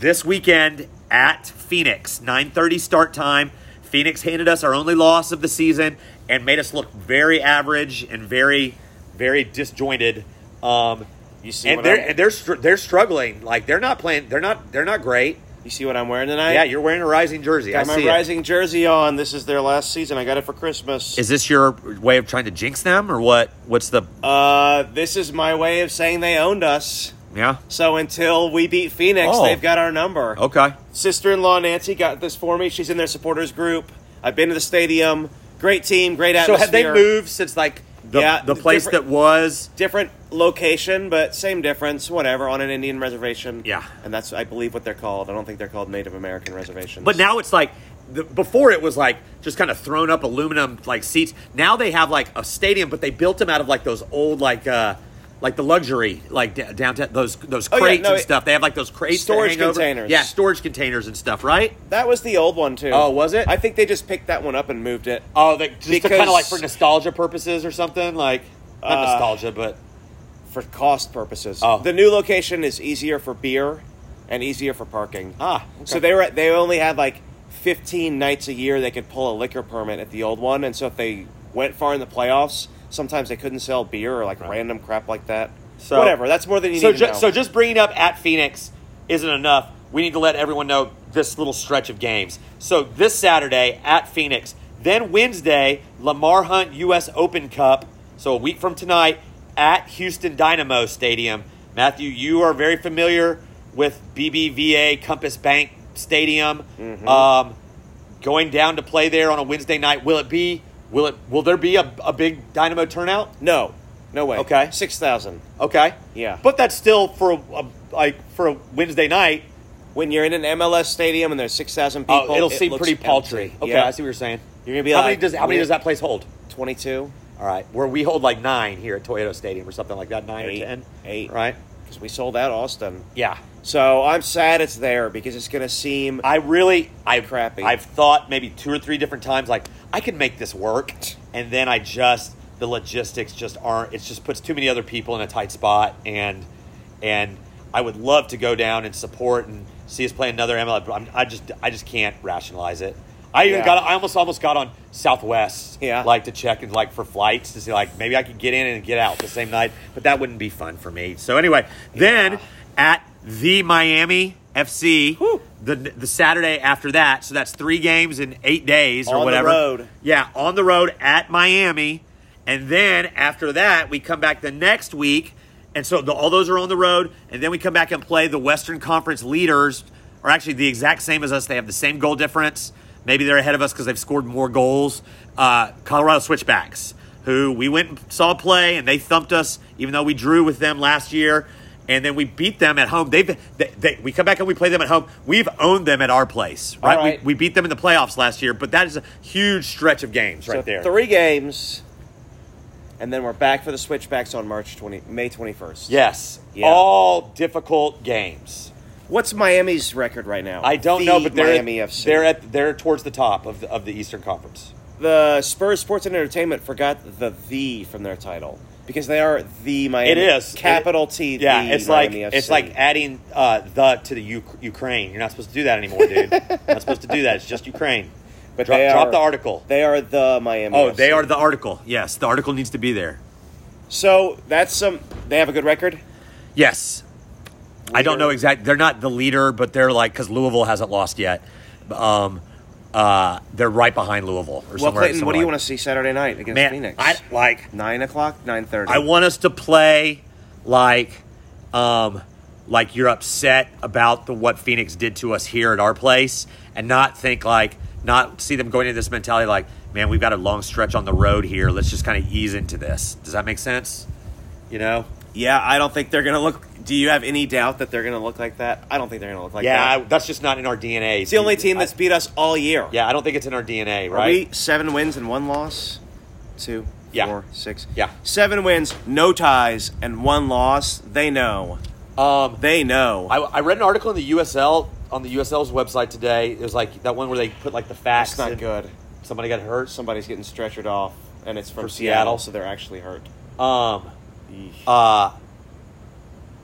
C: this weekend at Phoenix. 9:30 start time. Phoenix handed us our only loss of the season and made us look very average and very, very disjointed. Um,
B: You see
C: and
B: what
C: they're
B: I'm-
C: and they're str- they're struggling. Like they're not playing. They're not. They're not great.
B: You see what I'm wearing tonight?
C: yeah, you're wearing a rising jersey. I
B: Got
C: see
B: my
C: it.
B: Rising jersey on. This is their last season. I got it for Christmas.
C: Is this your way of trying to jinx them, or what? What's the
B: uh, this is my way of saying they owned us.
C: yeah?
B: So until we beat Phoenix,
C: Oh.
B: they've got our number.
C: Okay.
B: Sister-in-law Nancy got this for me. She's in their supporters group. I've been to the stadium. Great team. Great
C: So
B: atmosphere.
C: have they moved since like the,
B: Yeah,
C: the
B: the
C: place
B: different-
C: that was?
B: Different location, but same difference. Whatever on an Indian reservation.
C: Yeah.
B: and that's I believe what they're called. I don't think they're called Native American reservations.
C: But now it's like the, before it was like just kind of thrown up aluminum like seats. Now they have like a stadium, but they built them out of like those old like uh like the luxury like d- downtown those those
B: Oh, yeah,
C: crates
B: no,
C: and
B: it-
C: stuff. They have like those crates that
B: Storage
C: hang over-
B: containers.
C: Yeah, storage containers and stuff, right?
B: that was the old one too.
C: Oh, was it?
B: I think they just picked that one up and moved it.
C: Oh, that just
B: to
C: kind
B: kinda,
C: of
B: like,
C: like
B: for
C: for nostalgia purposes or something like not
B: Uh,
C: nostalgia, but
B: for cost purposes.
C: Oh.
B: The new location is easier for beer and easier for parking.
C: Ah, okay.
B: So they were they only had like 15 nights a year they could pull a liquor permit at the old one and so if they went far in the playoffs, sometimes they couldn't sell beer or like random crap like that.
C: So
B: Whatever. That's more than you
C: so
B: need to
C: ju-
B: know.
C: so just bringing up at Phoenix isn't enough. We need to let everyone know this little stretch of games. So this Saturday at Phoenix, then Wednesday Lamar Hunt U.S. Open Cup. So a week from tonight at Houston Dynamo Stadium. Matthew, you are very familiar with BBVA Compass Bank Stadium.
B: Mm-hmm.
C: Um, going down to play there on a Wednesday night. Will it be? Will it? Will there be a, a big Dynamo turnout?
B: no, no way.
C: Okay.
B: six thousand.
C: Okay.
B: Yeah.
C: But that's still for a, a like for a Wednesday night.
B: When you're in an MLS stadium and there's six thousand people,
C: oh, it'll
B: it
C: seem
B: looks
C: pretty
B: empty.
C: paltry. Okay,
B: yeah.
C: I see what you're saying.
B: You're gonna be
C: how
B: like,
C: many does how many
B: we-
C: does that place hold?
B: Twenty-two.
C: All right, where we hold like nine here at Toyota Stadium or something like that, nine
B: Eight.
C: or ten.
B: Eight.
C: Right.
B: Because we sold out Austin.
C: Yeah.
B: So I'm sad it's there because it's gonna seem.
C: I really, I
B: Crappy.
C: I've thought maybe two or three different times, like I could make this work, and then I just the logistics just aren't. It just puts too many other people in a tight spot, and and I would love to go down and support and see us play another MLS, but I'm, I just I just can't rationalize it. I even
B: Yeah.
C: got I almost almost got on Southwest,
B: Yeah.
C: like to check and like for flights to see like maybe I could get in and get out the same night, but that wouldn't be fun for me. So anyway, then at the Miami FC
B: Whew.
C: the the Saturday after that. So that's three games in eight days or
B: On the
C: whatever.
B: road.
C: Yeah, on the road at Miami, and then after that we come back the next week, and so the, all those are on the road, and then we come back and play the Western Conference leaders. Are actually the exact same as us. They have the same goal difference. Maybe they're ahead of us because they've scored more goals. Uh, Colorado Switchbacks, who we went and saw play, and they thumped us, even though we drew with them last year and then we beat them at home. They've they, they, we come back and we play them at home. We've owned them at our place, right?
B: All right.
C: We, we beat them in the playoffs last year, but that is a huge stretch of games
B: so
C: right there.
B: Three games, and then we're back for the switchbacks on March twenty, May twenty-first.
C: Yes,
B: Yeah.
C: all difficult games.
B: What's Miami's record right now?
C: I don't
B: The
C: know, but they're
B: Miami FC.
C: they're at they're towards the top of the, of the Eastern Conference.
B: the Spurs Sports and Entertainment forgot the "the" from their title because they are the Miami.
C: It is
B: capital
C: It-
B: T.
C: Yeah,
B: the
C: it's like
B: Miami
C: it's
B: FC.
C: like adding uh, the to the U- Ukraine. You're not supposed to do that anymore, dude. You're not supposed to do that. It's just Ukraine.
B: But
C: drop,
B: they
C: drop
B: are-
C: the article.
B: They are the Miami.
C: oh, they
B: FC.
C: are the article. Yes, the article needs to be there.
B: So that's some. They have a good record.
C: Yes. I don't
B: Leader.
C: know exactly. They're not the leader, but they're like because Louisville hasn't lost yet. Um, uh, they're right behind Louisville or
B: Well,
C: somewhere.
B: Clayton, what do you want to see Saturday night against
C: Man,
B: Phoenix?
C: I like.
B: Nine o'clock, nine thirty.
C: I want us to play like, um, like you're upset about the what Phoenix did to us here at our place, and not think like, not see them going into this mentality like, man, we've got a long stretch on the road here. Let's just kind of ease into this. Does that make sense? You know.
B: Yeah, I don't think they're gonna look. Do you have any doubt that they're gonna look like that? I don't think they're gonna look like
C: yeah,
B: that.
C: I, that's just not in our DNA.
B: it's the only team that's beat us all year.
C: Yeah, I don't think it's in our DNA,
B: Are
C: right?
B: we seven wins and one loss. Two,
C: Yeah.
B: four, six.
C: Yeah.
B: Seven wins, no ties, and one loss. They know.
C: Um,
B: They know.
C: I, I read an article in the USL on the USL's website today. It was like that one where they put like the facts.
B: That's not
C: and
B: good.
C: Somebody got hurt.
B: Somebody's getting stretchered off, and it's from
C: For Seattle.
B: Seattle, so they're actually hurt.
C: Um, uh,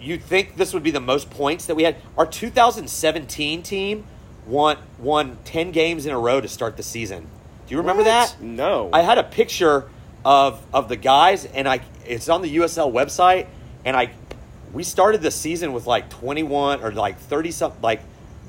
C: you'd think this would be the most points that we had. Our 2017 team won won 10 games in a row to start the season. Do you remember
B: What?
C: that?
B: No.
C: I had a picture of of the guys, and I it's on the USL website, and I we started the season with like 21 or like 30 something like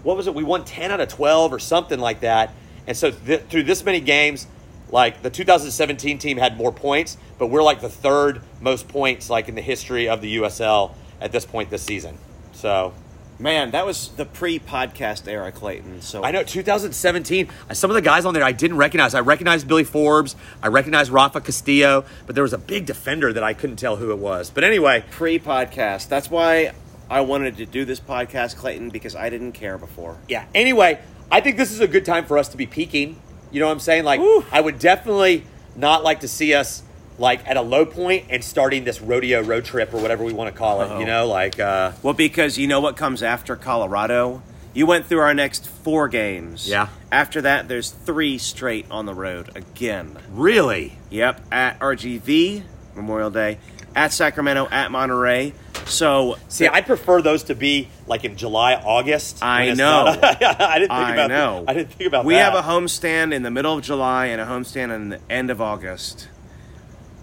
C: what was it? We won 10 out of 12 or something like that. And so th- through this many games, like the 2017 team had more points, but we're like the third most points like in the history of the USL at this point this season. So
B: Man, that was the pre-podcast era, Clayton. So
C: I know 2017. uh, Some of the guys on there I didn't recognize. I recognized Billy Forbes. I recognized Rafa Castillo, but there was a big defender that I couldn't tell who it was. But anyway,
B: pre-podcast. That's why I wanted to do this podcast, Clayton, because I didn't care before.
C: yeah. Anyway, I think this is a good time for us to be peaking. You know what I'm saying? Like,
B: Woo.
C: I would definitely not like to see us like at a low point and starting this rodeo road trip or whatever we want to call it. You know, like uh,
B: Well, because you know what comes after Colorado? You went through our next four games.
C: Yeah.
B: After that, there's three straight on the road again.
C: really.
B: Yep. At RGV, Memorial Day, at Sacramento, at Monterey. So,
C: See, I prefer those to be like in July, August.
B: I
C: when it's
B: know.
C: not- I didn't think
B: I
C: about.
B: know.
C: I didn't think about.
B: we
C: that.
B: have a homestand in the middle of July and a homestand in the end of August.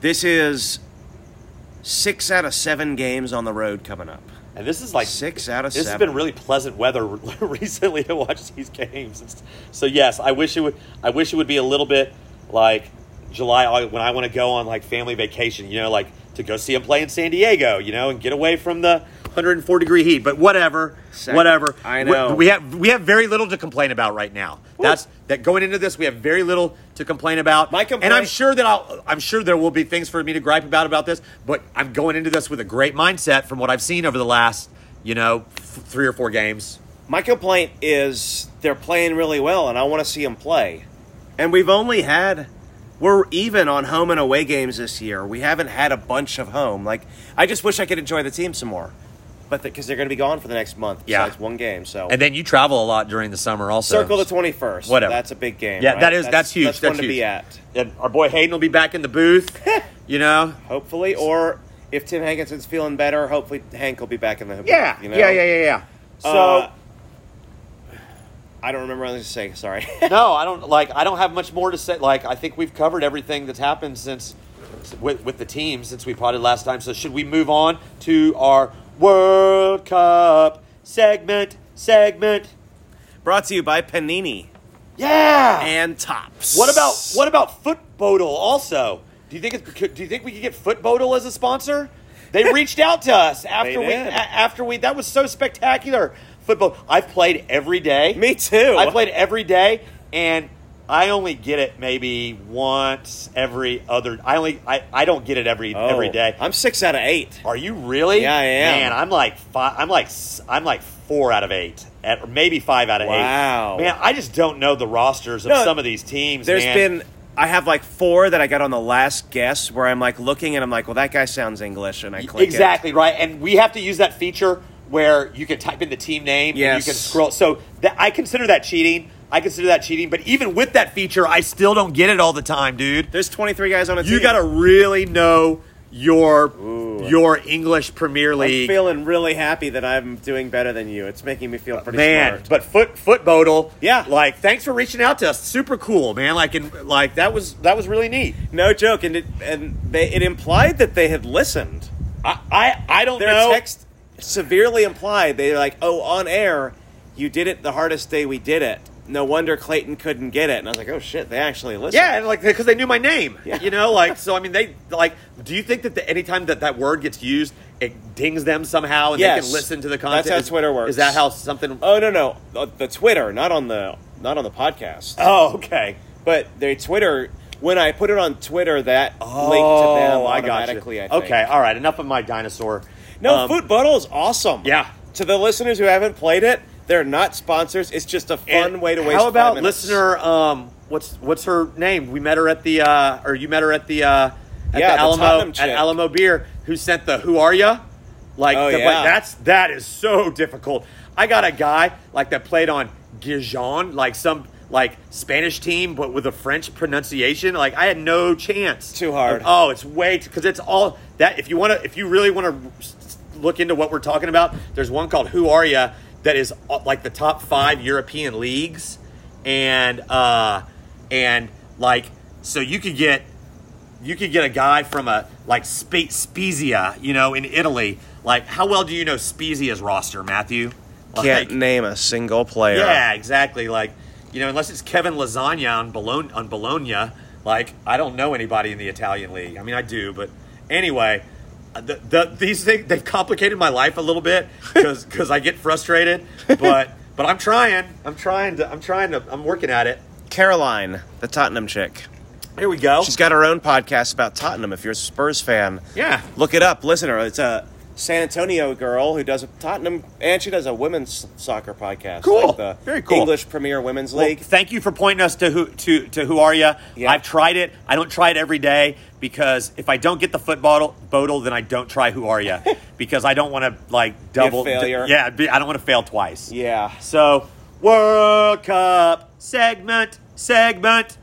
B: This is six out of seven games on the road coming up.
C: And this is like
B: Six out of
C: This has
B: seven.
C: been really pleasant weather recently to watch these games. It's- So yes, I wish it would. I wish it would be a little bit like July August, when I want to go on like family vacation. You know, like to go see them play in San Diego. You know, and get away from the 104 degree heat. But whatever,
B: Sec-
C: whatever.
B: I
C: We-
B: know.
C: we have we have very little to complain about right now. That's that going into this, we have very little to complain about.
B: My
C: and I'm
B: complaint-
C: sure that I'll I'm sure there will be things for me to gripe about about this, but I'm going into this with a great mindset from what I've seen over the last you know f- three or four games.
B: My complaint is they're playing really well, and I want to see them play. And we've only had we're even on home and away games this year. We haven't had a bunch of home. Like I just wish I could enjoy the team some more, but because they're going to be gone for the next month.
C: Yeah.
B: besides one game. So
C: And then you travel a lot during the summer also.
B: circle the twenty first.
C: Whatever.
B: That's a big game.
C: Yeah,
B: right?
C: that is- that's huge,
B: That's,
C: that's
B: one to
C: huge.
B: be at.
C: And our boy Hayden will be back in the booth. you know.
B: Hopefully, or if Tim Hankinson's feeling better, hopefully Hank will be back in the
C: Yeah.
B: You know?
C: Yeah. Yeah. Yeah. Yeah. So.
B: Uh, I don't remember what I was saying. Sorry.
C: no, I don't like. I don't have much more to say. Like, I think we've covered everything that's happened since with, with the team since we potted last time. So, should we move on to our World Cup segment? Segment.
B: Brought to you by Panini
C: Yeah.
B: and Tops.
C: what about what about Footbodle? Also, do you think it's, do you think we could get Footbodle as a sponsor? They reached out to us after we
B: did.
C: a- after we that was so spectacular. Football. I've played every day.
B: Me too.
C: I played every day, and I only get it maybe once every other. I only I, I don't get it every
B: Oh,
C: every day.
B: I'm six out of eight.
C: Are you really?
B: Yeah, I am.
C: Man, I'm like five. I'm like s- I'm like four out of eight, at, or maybe five out of eight.
B: Wow.
C: Man, I just don't know the rosters of
B: No,
C: some of these teams.
B: There's
C: man.
B: been I have like four that I got on the last guess where I'm like looking and I'm like, well, that guy sounds English, and I click it.
C: E, exactly right, and we have to use that feature where you can type in the team name and
B: Yes.
C: you can scroll. So that I consider that cheating. I consider that cheating, but even with that feature, I still don't get it all the time, dude.
B: There's 23 guys on a team.
C: You got to really know your
B: Ooh.
C: your English Premier
B: I'm
C: League
B: feeling really happy that I'm doing better than you. It's making me feel pretty
C: man.
B: smart.
C: But foot foot Bodle,
B: Yeah.
C: Like, thanks for reaching out to us. Super cool, man. Like, and like that was that was really neat.
B: no joke, and it and they it implied that they had listened.
C: I I, I don't
B: Their
C: know.
B: text severely implied they're like, oh, on air, you did it the hardest day we did it. No wonder Clayton couldn't get it. And I was like, oh shit, they actually listened.
C: yeah, and like because they knew my name,
B: Yeah.
C: you know, like so. I mean, they like. Do you think that the, anytime that that word gets used, it dings them somehow, and they
B: Yes.
C: can listen to the
B: That's
C: content?
B: how
C: Is-
B: Twitter works.
C: Is that how something?
B: Oh no no, the, the Twitter, not on the not on the podcast.
C: Oh, okay.
B: But they Twitter when I put it on Twitter, that
C: Oh,
B: linked to them
C: I got
B: automatically.
C: you.
B: I think.
C: Okay, all right. Enough of my dinosaur.
B: No,
C: Um,
B: Foot Bottle is awesome.
C: Yeah.
B: To the listeners who haven't played it, they're not sponsors. It's just a fun
C: And
B: way to waste.
C: How about
B: five minutes.
C: listener? Um, what's what's her name? We met her at the uh, or you met her at the uh, at
B: Yeah,
C: the
B: the
C: Alamo
B: Tottenham
C: at
B: chick.
C: Alamo Beer. Who sent the Who are ya? Like,
B: Oh,
C: the-
B: yeah.
C: like, that's that is so difficult. I got a guy like that played on Gijon, like some like Spanish team, but with a French pronunciation. Like I had no chance.
B: Too hard.
C: Oh, it's way because it's all that. If you want to, if you really want to look into what we're talking about, there's one called "Who Are Ya" that is uh, like the top five European leagues, and uh, and like so you could get you could get a guy from a like Spe- Spezia, you know, in Italy. Like, how well do you know Spezia's roster, Matthew? Like,
B: Can't name a single player.
C: yeah, exactly. Like, you know, unless it's Kevin Lasagna on Bologna, on Bologna, like I don't know anybody in the Italian league. I mean, I do, but anyway, uh, the, the, these things they've complicated my life a little bit because I get frustrated, but but I'm trying. I'm trying to. I'm trying to. I'm working at it.
B: Caroline, the Tottenham chick.
C: Here we go.
B: She's got her own podcast about Tottenham. If you're a Spurs fan,
C: Yeah.
B: look it up. Listen to her. It's a San Antonio girl who does a Tottenham, and she does a women's soccer podcast.
C: Cool.
B: like the
C: Very cool.
B: English Premier Women's
C: Well,
B: League.
C: thank you for pointing us to who to, to who are you.
B: Yeah.
C: I've tried it. I don't try it every day because if I don't get the foot bottle, bottle, then I don't try who are you because I don't want to like double
B: failure.
C: yeah, be, I don't want to fail twice.
B: Yeah.
C: So World Cup segment segment.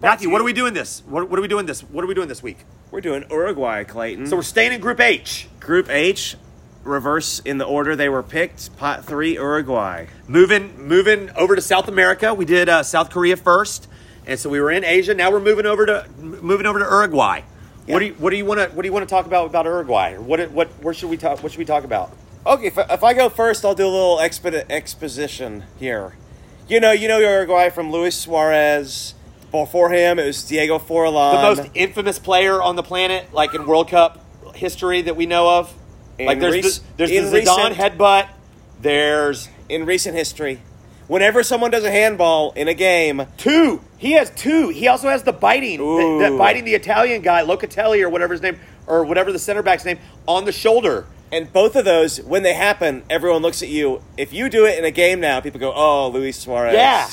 C: Matthew, what are we doing this? What, what are we doing this? What are we doing this week?
B: We're doing Uruguay, Clayton.
C: So we're staying in Group H,
B: Group H, reverse in the order they were picked. Pot three, Uruguay.
C: moving moving over to South America. We did uh, South Korea first, and so we were in Asia. Now we're moving over to m- moving over to Uruguay. What do you What do you want to What do you want to talk about about Uruguay? Or What What Where should we talk? What should we talk about?
B: Okay, if, if I go first, I'll do a little expo- exposition here. You know, you know Uruguay from Luis Suarez. Before him, it was Diego
C: The
B: Forlan.
C: most infamous player on the planet, like in World Cup history that we know of.
B: In
C: Like there's
B: rec-
C: the, there's
B: in
C: the Zidane
B: recent-
C: headbutt. There's
B: in recent history. Whenever someone does a handball in a game,
C: two. He has two. He also has the biting,
B: Ooh.
C: the, the biting the Italian guy Locatelli or whatever his name or whatever the center back's name on the shoulder.
B: and both of those, when they happen, everyone looks at you. If you do it in a game now, people go, "Oh, Luis Suarez."
C: Yeah.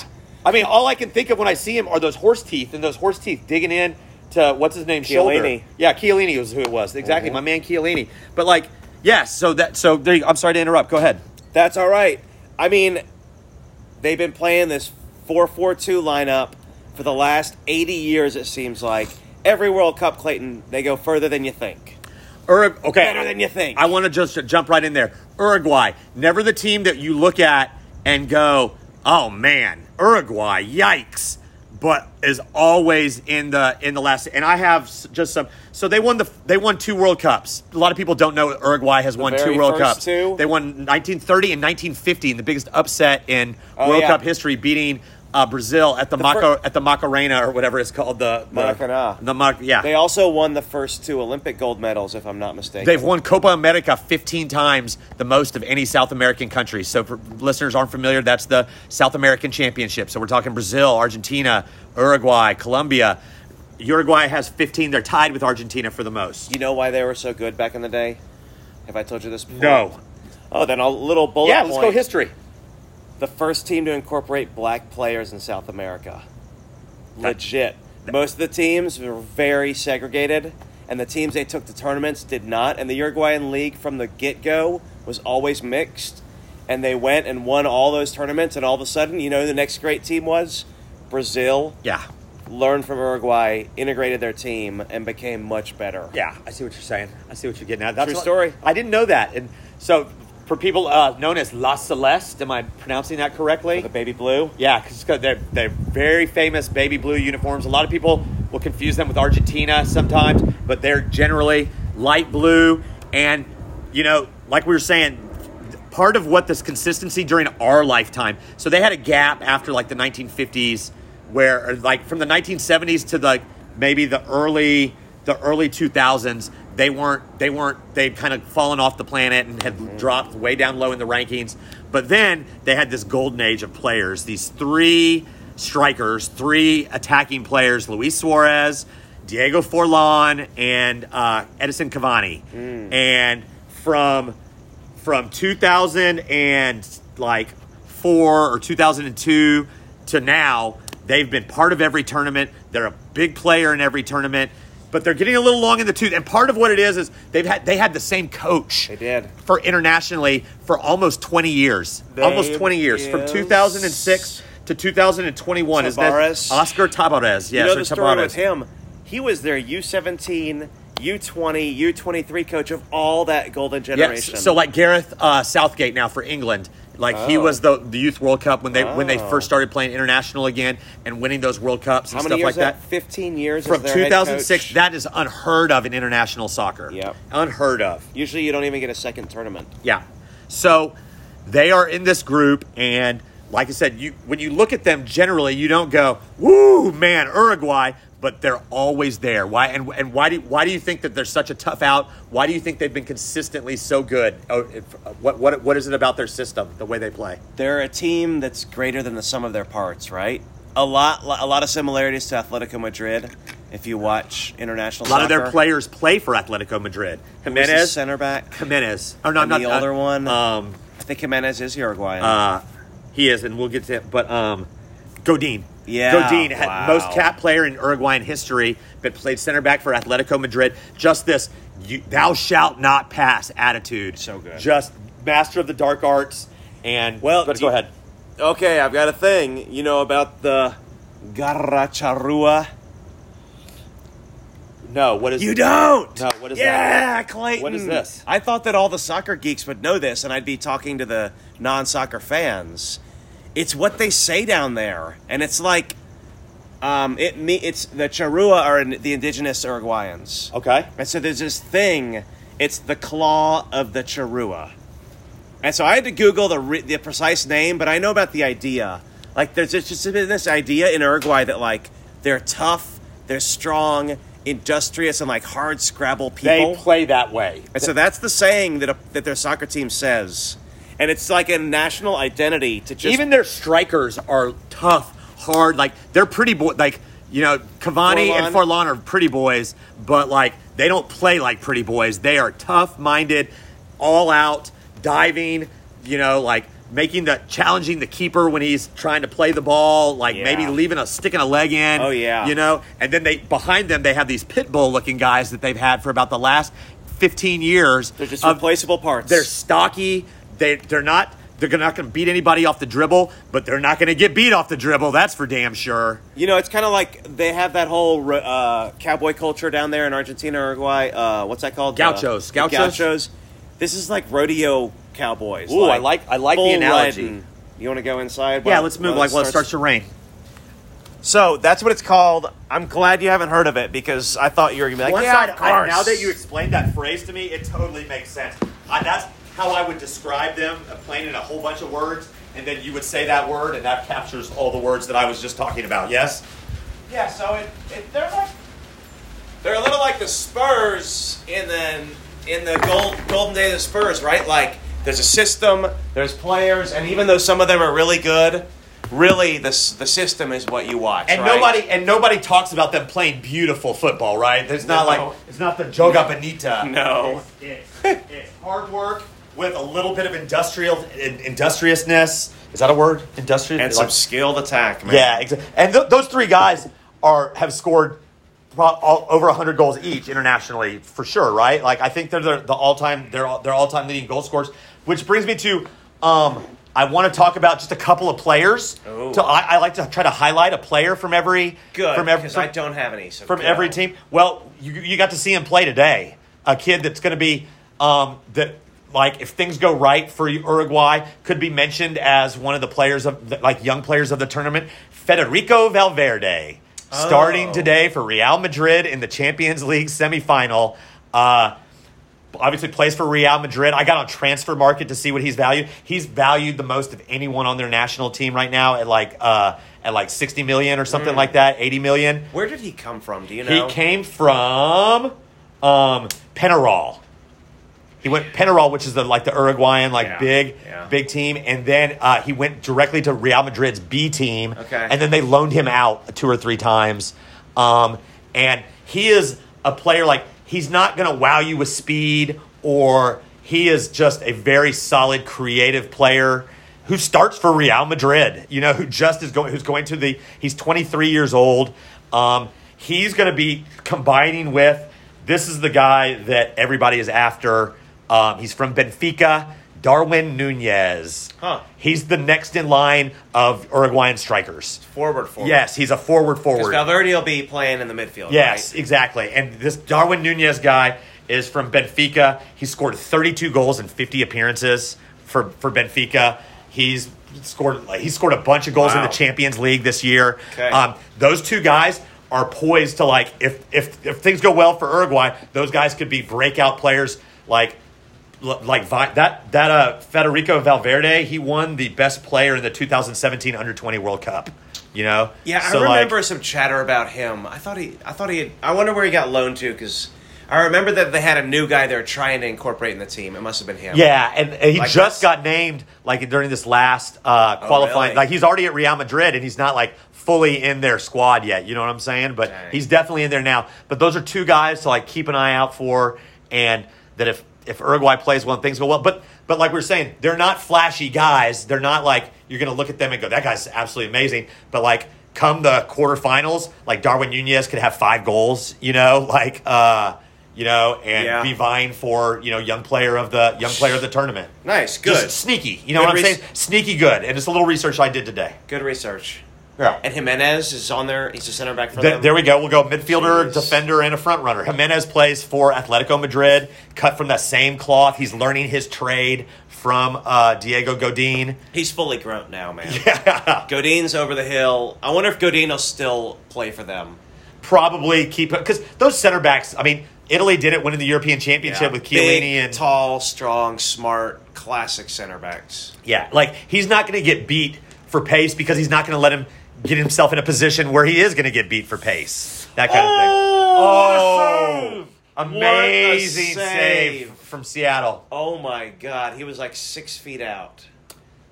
C: I mean, all I can think of when I see him are those horse teeth and those horse teeth digging in to what's his name
B: Chiellini.
C: shoulder. Yeah, Chiellini was who it was. Exactly, my man Chiellini. But like, yes, so that so there you, I'm sorry to interrupt. Go ahead.
B: That's all right. I mean, they've been playing this 4 4 2 lineup for the last 80 years, it seems like. Every World Cup, Clayton, they go further than you think.
C: Ur- okay.
B: Better than you think.
C: I want to just jump right in there. Uruguay, never the team that you look at and go, "Oh man, Uruguay, yikes." But is always in the in the last and I have s- just some so they won the they won two World Cups. A lot of people don't know Uruguay has won
B: very
C: two World
B: first
C: Cups.
B: two?
C: They won 1930 and 1950 in the biggest upset in
B: Oh,
C: World
B: yeah.
C: Cup history beating uh, Brazil at the, Maca,
B: fir-
C: at the Macarena or whatever it's called the, the
B: Maracanã.
C: The Mac, yeah.
B: They also won the first two Olympic gold medals, if I'm not mistaken.
C: They've won Copa America 15 times, the most of any South American country. So, for listeners aren't familiar, that's the South American Championship. So, we're talking Brazil, Argentina, Uruguay, Colombia. Uruguay has 15. They're tied with Argentina for the most.
B: you know why they were so good back in the day? Have I told you this before?
C: No.
B: Oh, then a little bullet
C: Yeah, let's go
B: point.
C: history.
B: The first team to incorporate black players in South America. Legit. Most of the teams were very segregated, and the teams they took to tournaments did not. And the Uruguayan league from the get go was always mixed, and they went and won all those tournaments. And all of a sudden, you know, who the next great team was Brazil.
C: Yeah.
B: Learned from Uruguay, integrated their team, and became much better.
C: Yeah, I see what you're saying. I see what you're getting at. That's
B: True
C: what-
B: story.
C: I didn't know that. And so, for people uh, known as La Celeste, am I pronouncing that correctly?
B: The baby blue.
C: Yeah, because they're, they're very famous baby blue uniforms. A lot of people will confuse them with Argentina sometimes, but they're generally light blue. And, you know, like we were saying, part of what this consistency during our lifetime, so they had a gap after like the 1950s where, or, like, from the 1970s to like maybe the early the early 2000s they weren't they weren't they'd kind of fallen off the planet and had dropped way down low in the rankings but then they had this golden age of players these three strikers three attacking players luis suarez diego forlan and uh, edison cavani and from from 2000 and like four or 2002 to now, they've been part of every tournament. They're a big player in every tournament, but they're getting a little long in the tooth. And part of what it is is they've had they had the same coach.
B: They did.
C: for internationally for almost 20 years. almost
B: They
C: 20 years from
B: is-
C: 2006 to 2021. Is that
B: Tabares.
C: Oscar Tabarez? Yes,
B: you know
C: or
B: the story
C: Tabares.
B: with him. He was their U seventeen, U twenty, U twenty three coach of all that golden generation.
C: Yes. So like Gareth uh, Southgate now for England, like he
B: Oh.
C: was the, the Youth World Cup when they when they
B: Oh.
C: first started playing international again and winning those World Cups and
B: how
C: stuff
B: many years
C: like that.
B: is Fifteen years as
C: From
B: their head
C: 2006,
B: coach.
C: that is unheard of in international soccer.
B: Yep.
C: Unheard of.
B: usually you don't even get a second tournament.
C: Yeah. So they are in this group, and like I said, you when you look at them generally, you don't go, "Woo, man, Uruguay," but they're always there. Why and and why do why do you think that they're such a tough out? Why do you think they've been consistently so good? Oh, if, what what what is it about their system, the way they play?
B: They're a team that's greater than the sum of their parts, right? A lot, a lot of similarities to Atletico Madrid. If you watch international,
C: A lot of their players play for Atletico Madrid. Jimenez,
B: center back.
C: Jimenez. Oh no,
B: And
C: not
B: the older one?
C: Um,
B: I think Jimenez is Uruguayan.
C: Uh, he is, and we'll get to it. But um, Godin.
B: Yeah,
C: Godin, had
B: wow.
C: most cap player in Uruguayan history, but played center back for Atletico Madrid. Just this, you, thou shalt not pass attitude.
B: So good.
C: Just master of the dark arts. And
B: Well,
C: but
B: do-
C: go ahead.
B: Okay, I've got a thing. You know about the Garracharrua?
C: No, what is
B: You don't.
C: No, what is
B: yeah,
C: that?
B: Clayton.
C: What is this?
B: I thought that all the soccer geeks would know this, and I'd be talking to the non-soccer fans. It's what they say down there, and it's like Um, it me it's the Charrua are in, the indigenous Uruguayans.
C: Okay.
B: And so there's this thing. It's the claw of the charrua. And so I had to Google the re- the precise name, but I know about the idea. Like there's just, just been this idea in Uruguay that like they're tough, they're strong, industrious, and like hard scrabble people.
C: They play that way.
B: and so that's the saying that a, that their soccer team says, and it's like a national identity to just
C: Even their strikers are tough, hard. Like they're pretty boy. Like you know, Cavani and
B: Forlan.
C: Forlan are pretty boys, but like they don't play like pretty boys. They are tough-minded, all out, diving. You know, like making the challenging the keeper when he's trying to play the ball. Like
B: Yeah.
C: maybe leaving a sticking a leg in.
B: Oh, yeah.
C: you know. And then they behind them they have these pit bull looking guys that they've had for about the last fifteen years.
B: they're just
C: of-
B: replaceable parts.
C: they're stocky. They they're not they're not going to beat anybody off the dribble, but they're not going to get beat off the dribble. That's for damn sure.
B: You know, it's kind of like they have that whole uh, cowboy culture down there in Argentina, Uruguay. Uh, what's that called?
C: Gauchos.
B: Uh,
C: Gauchos?
B: Gauchos. This is like rodeo cowboys.
C: Ooh, I like- I like the
B: full
C: analogy.
B: riding. You want to go inside?
C: yeah,
B: while-
C: let's move.
B: while
C: Like,
B: it
C: well, it starts to rain.
B: So that's what it's called. I'm glad you haven't heard of it because I thought you were gonna be like,
C: Once
B: yeah,
C: I-
B: of
C: I-
B: course.
C: now that you explained that phrase to me, it totally makes sense. I, that's how I would describe them, uh, plain in a whole bunch of words, and then you would say that word, and that captures all the words that I was just talking about. Yes.
B: yeah, so it, it they're like they're a little like the Spurs in the in the gold, golden day of the Spurs, right? Like there's a system, there's players, and even though some of them are really good, really the s- the system is what you watch.
C: And
B: right?
C: nobody and nobody talks about them playing beautiful football, right? There's not
B: No.
C: like it's not the Joga Bonita.
B: No.
C: It's, it's, it's hard work with a little bit of industrial in, industriousness. Is that a word? Industrious.
B: and some skilled attack, man.
C: yeah, exactly. And th- those three guys are have scored pro- all, over 100 goals each internationally for sure, right? Like I think they're the, the all-time they're all- they're all-time leading goal scorers, which brings me to um I want to talk about just a couple of players.
B: Oh.
C: So I, I like to try to highlight a player from every
B: Good.
C: from every
B: because I don't have any. So
C: from
B: go.
C: every team. Well, you, you got to see him play today. A kid that's going to be um, that like if things go right for Uruguay could be mentioned as one of the players of the, like young players of the tournament. Federico Valverde starting
B: Oh.
C: today for Real Madrid in the Champions League semifinal. Uh, obviously plays for Real Madrid. I got on transfer market to see what he's valued. He's valued the most of anyone on their national team right now at like uh, at like 60 million or something like that, 80 million.
B: Where did he come from? Do you
C: He
B: know?
C: came from um, Penarol. He went Penarol, which is the like the Uruguayan like
B: Yeah,
C: big
B: yeah.
C: big team, and then uh, he went directly to Real Madrid's B team.
B: Okay.
C: and then they loaned him out two or three times, um, and he is a player like he's not going to wow you with speed, or he is just a very solid creative player. Who starts for Real Madrid? You know, who just is going, who's going to the, he's 23 years old. Um, he's going to be combining with this is the guy that everybody is after. Um, he's from Benfica, Darwin Nunez.
B: Huh.
C: He's the next in line of Uruguayan strikers.
B: forward, forward.
C: Yes, he's a forward
B: Because
C: forward.
B: Valverde will be playing in the midfield.
C: Yes,
B: right?
C: exactly. And this Darwin Nunez guy is from Benfica. He scored 32 goals in 50 appearances for, for Benfica. He's scored like, he scored a bunch of goals in
B: Wow.
C: the Champions League this year.
B: Okay.
C: Um, those two guys are poised to like if if if things go well for Uruguay, those guys could be breakout players like l- like Vi- that that uh, Federico Valverde, he won the best player in the 2017 Under 20 World Cup. You know,
B: Yeah,
C: So,
B: I
C: like,
B: remember some chatter about him. I thought he, I thought he, had, I wonder where he got loaned to because I remember that they had a new guy they were trying to incorporate in the team. It must have been him.
C: Yeah, and, and he
B: Like that's-
C: just
B: Oh,
C: got named like during this last uh, qualifying.
B: really?
C: Like he's already at Real Madrid, and he's not like fully in their squad yet. You know what I'm saying? But
B: Dang.
C: he's definitely in there now. But those are two guys to like keep an eye out for, and that if if Uruguay plays well, and things go well. But but like we were saying, they're not flashy guys. They're not like you're gonna look at them and go, that guy's absolutely amazing. But like. Come the quarterfinals, like Darwin Nunez could have five goals, you know, like uh, you know, and
B: Yeah.
C: be vying for you know young player of the young player of the tournament.
B: nice,
C: Just
B: good,
C: sneaky. You know
B: Good
C: what I'm
B: res-
C: saying? Sneaky good. And it's a little research I did today.
B: good research.
C: Yeah.
B: And Jimenez is on there. He's a center back for
C: Th-
B: them.
C: there we go. We'll go midfielder,
B: Jeez.
C: defender, and a front runner. Jimenez plays for Atletico Madrid, cut from that same cloth. He's learning his trade from uh, Diego Godin.
B: He's fully grown now, man.
C: Yeah.
B: Godin's over the hill. I wonder if Godin will still play for them.
C: Probably keep because those center backs. I mean, Italy did it winning the European Championship with
B: Big,
C: Chiellini and
B: tall, strong, smart, classic center backs.
C: Yeah, like he's not going to get beat for pace because he's not going to let him get himself in a position where he is going to get beat for pace. That kind of thing.
B: Oh, What a save!
C: Oh, amazing
B: What a
C: save. from Seattle.
B: Oh my God, he was like six feet out.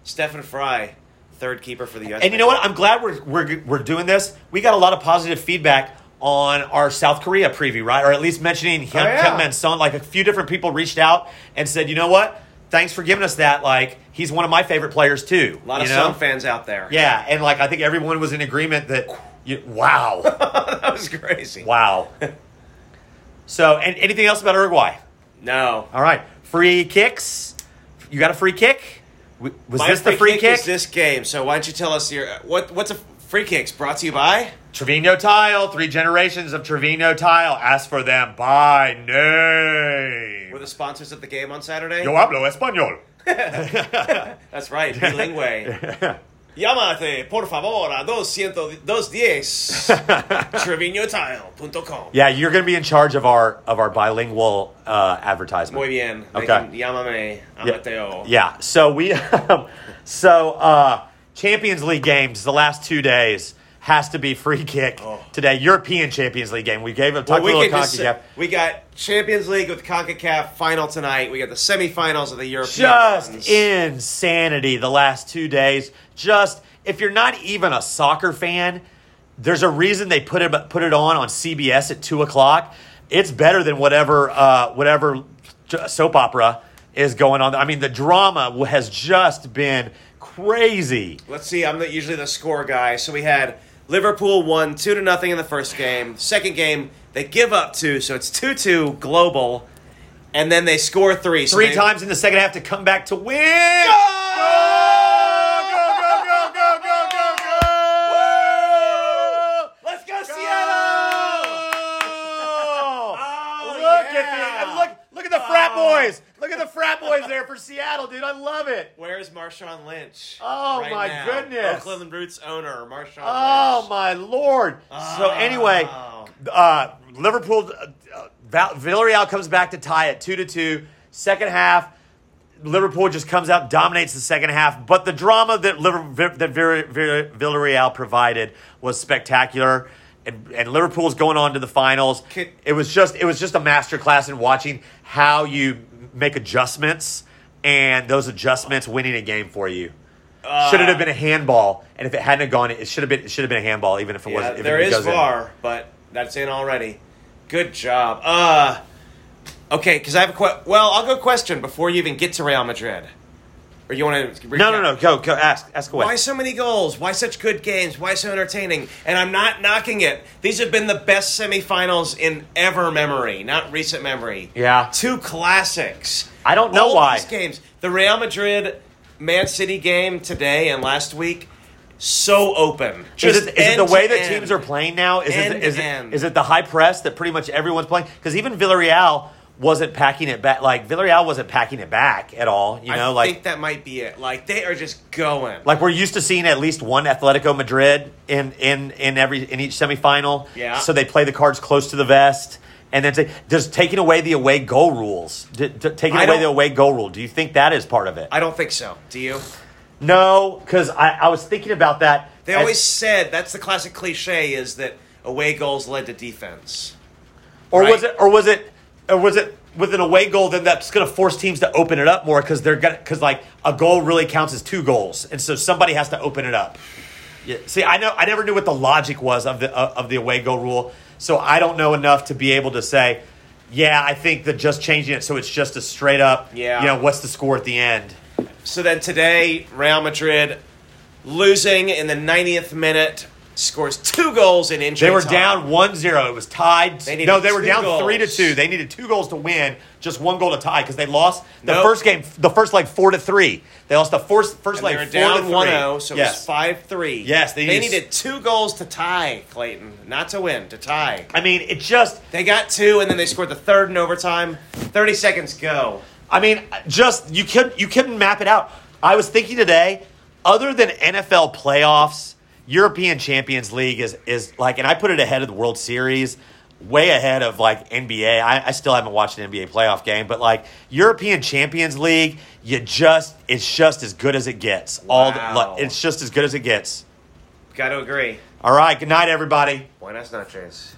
B: Stefan Fry, third keeper for the U.S.
C: And you know what? I'm glad we're, we're we're doing this. We got a lot of positive feedback on our South Korea preview, right? Or at least mentioning him,
B: Oh, yeah.
C: Kim Min Sung. Like a few different people reached out and said, you know what? Thanks for giving us that. Like he's one of my favorite players too.
B: A lot of
C: you know?
B: Sun fans out there.
C: Yeah, and like I think everyone was in agreement that, you, wow.
B: that was crazy.
C: Wow. so, and anything else about Uruguay?
B: No,
C: All right, free kicks. You got a free kick? W- Was
B: My
C: this the free kick?
B: Is this game? So why don't you tell us your what? What's a free kicks brought to you by?
C: Trevino Tile. Three generations of Trevino Tile. Ask for them by
B: We're
C: name.
B: the sponsors of the game on Saturday.
C: Yo hablo español.
B: That's right, bilingue. Llámate, por favor, a 200 210 treviñotile.com.
C: Yeah, you're going to be in charge of our of our bilingual uh, advertisement.
B: Muy bien. They
C: Okay.
B: can Llámame a
C: Yeah.
B: Mateo.
C: Yeah. So we, so uh, Champions League games the last two days has to be free kick
B: Oh.
C: today. European Champions League game. We gave a
B: Well,
C: talked
B: we,
C: a
B: can
C: little
B: just,
C: cocky
B: say- we got Champions League with CONCACAF final tonight. We got the semifinals of the European
C: Just
B: ones.
C: insanity the last two days. Just if you're not even a soccer fan, there's a reason they put it put it on on CBS at two o'clock. It's better than whatever uh, whatever j- soap opera is going on. I mean, the drama has just been crazy.
B: Let's see. I'm the, usually the score guy. So we had Liverpool won two to nothing in the first game. Second game they give up two, so it's two two global, and then they score three. So
C: three
B: they-
C: times in the second half to come back to win. Go! Go, go, go, go, go, go, go!
B: Let's go
C: Go!
B: Seattle!
C: look
B: yeah.
C: at the and look look at the frat boys. Look at the frat boys there for Seattle, dude. I love it.
B: Where's Marshawn Lynch?
C: Oh, my goodness.
B: Oakland Roots owner Marshawn.
C: Oh
B: Lynch.
C: my lord! So anyway, uh, Liverpool, uh, uh, Val- Villarreal comes back to tie it two to two. Second half, Liverpool just comes out dominates the second half. But the drama that Liver- Vi- that Vir- Vir- Villarreal provided was spectacular. And, and Liverpool's going on to the finals.
B: Can-
C: It was just it was just a masterclass in watching how you make adjustments and those adjustments winning a game for you. should
B: Uh,
C: it have been a handball? And if it hadn't have gone, it should have been it should have been a handball, even if it
B: Yeah,
C: wasn't. If
B: there
C: it
B: is
C: goes in.
B: VAR, but that's in already. Good job. Uh, okay, because I have a que- well, I'll go question before you even get to Real Madrid. Or you want to?
C: No, no, no. Go, go. Ask, ask away.
B: Why so many goals? Why such good games? Why so entertaining? And I'm not knocking it. These have been the best semifinals in ever memory, not recent memory.
C: Yeah.
B: Two classics.
C: I don't know
B: All
C: why.
B: These games. The Real Madrid Man City game today and last week, so open.
C: Is it, is it the
B: end
C: way
B: to
C: that
B: end.
C: teams are playing now? Is
B: End
C: it, is,
B: to
C: it,
B: end.
C: is it the high press that pretty much everyone's playing? Because even Villarreal wasn't packing it back. Like Villarreal wasn't packing it back at all. You know,
B: I
C: like
B: think that might be it. Like they are just going.
C: like we're used to seeing at least one Atletico Madrid in in in every in each semifinal.
B: Yeah.
C: So they play the cards close to the vest, and then say, just taking away the away goal rules, D- d- taking
B: I
C: away
B: don't-
C: the away goal rule. Do you think that is part of it?
B: I don't think so. Do you?
C: no, because I, I was thinking about that.
B: They
C: as-
B: always said that's the classic cliche is that away goals led to defense.
C: or was
B: right.
C: it or was it or was it with an away goal then that's going to force teams to open it up more because they're going to because like a goal really counts as two goals and so somebody has to open it up yeah. see i know i never knew what the logic was of the uh, of the away goal rule so i don't know enough to be able to say yeah i think that just changing it so it's just a straight up
B: Yeah.
C: you know what's the score at the end
B: So then today, Real Madrid losing in the 90th minute scores two goals in injury.
C: They were
B: time.
C: down 1-0. It was tied.
B: They needed
C: no, they were
B: two
C: down
B: goals.
C: three to two. They needed two goals to win, just one goal to tie because they lost the
B: Nope.
C: first game, the first leg four to three. They lost the first first
B: And
C: leg
B: they were
C: four
B: down
C: to three.
B: 1 0, so it
C: yes.
B: was 5 3.
C: Yes, they
B: they,
C: needed-
B: needed... two goals to tie, Clayton. Not to win, to tie.
C: I mean, it just
B: They got two, and then they scored the third in overtime. 30 seconds go.
C: I mean, just you couldn't you couldn't map it out. I was thinking today, other than NFL playoffs, European Champions League is is like, and I put it ahead of the World Series, way ahead of like NBA. I, I still haven't watched an NBA playoff game, but like European Champions League, you just it's just as good as it gets. All the,
B: Wow.
C: like, it's just as good as it gets.
B: Got to agree.
C: All right, good night, everybody.
B: Buenas noches.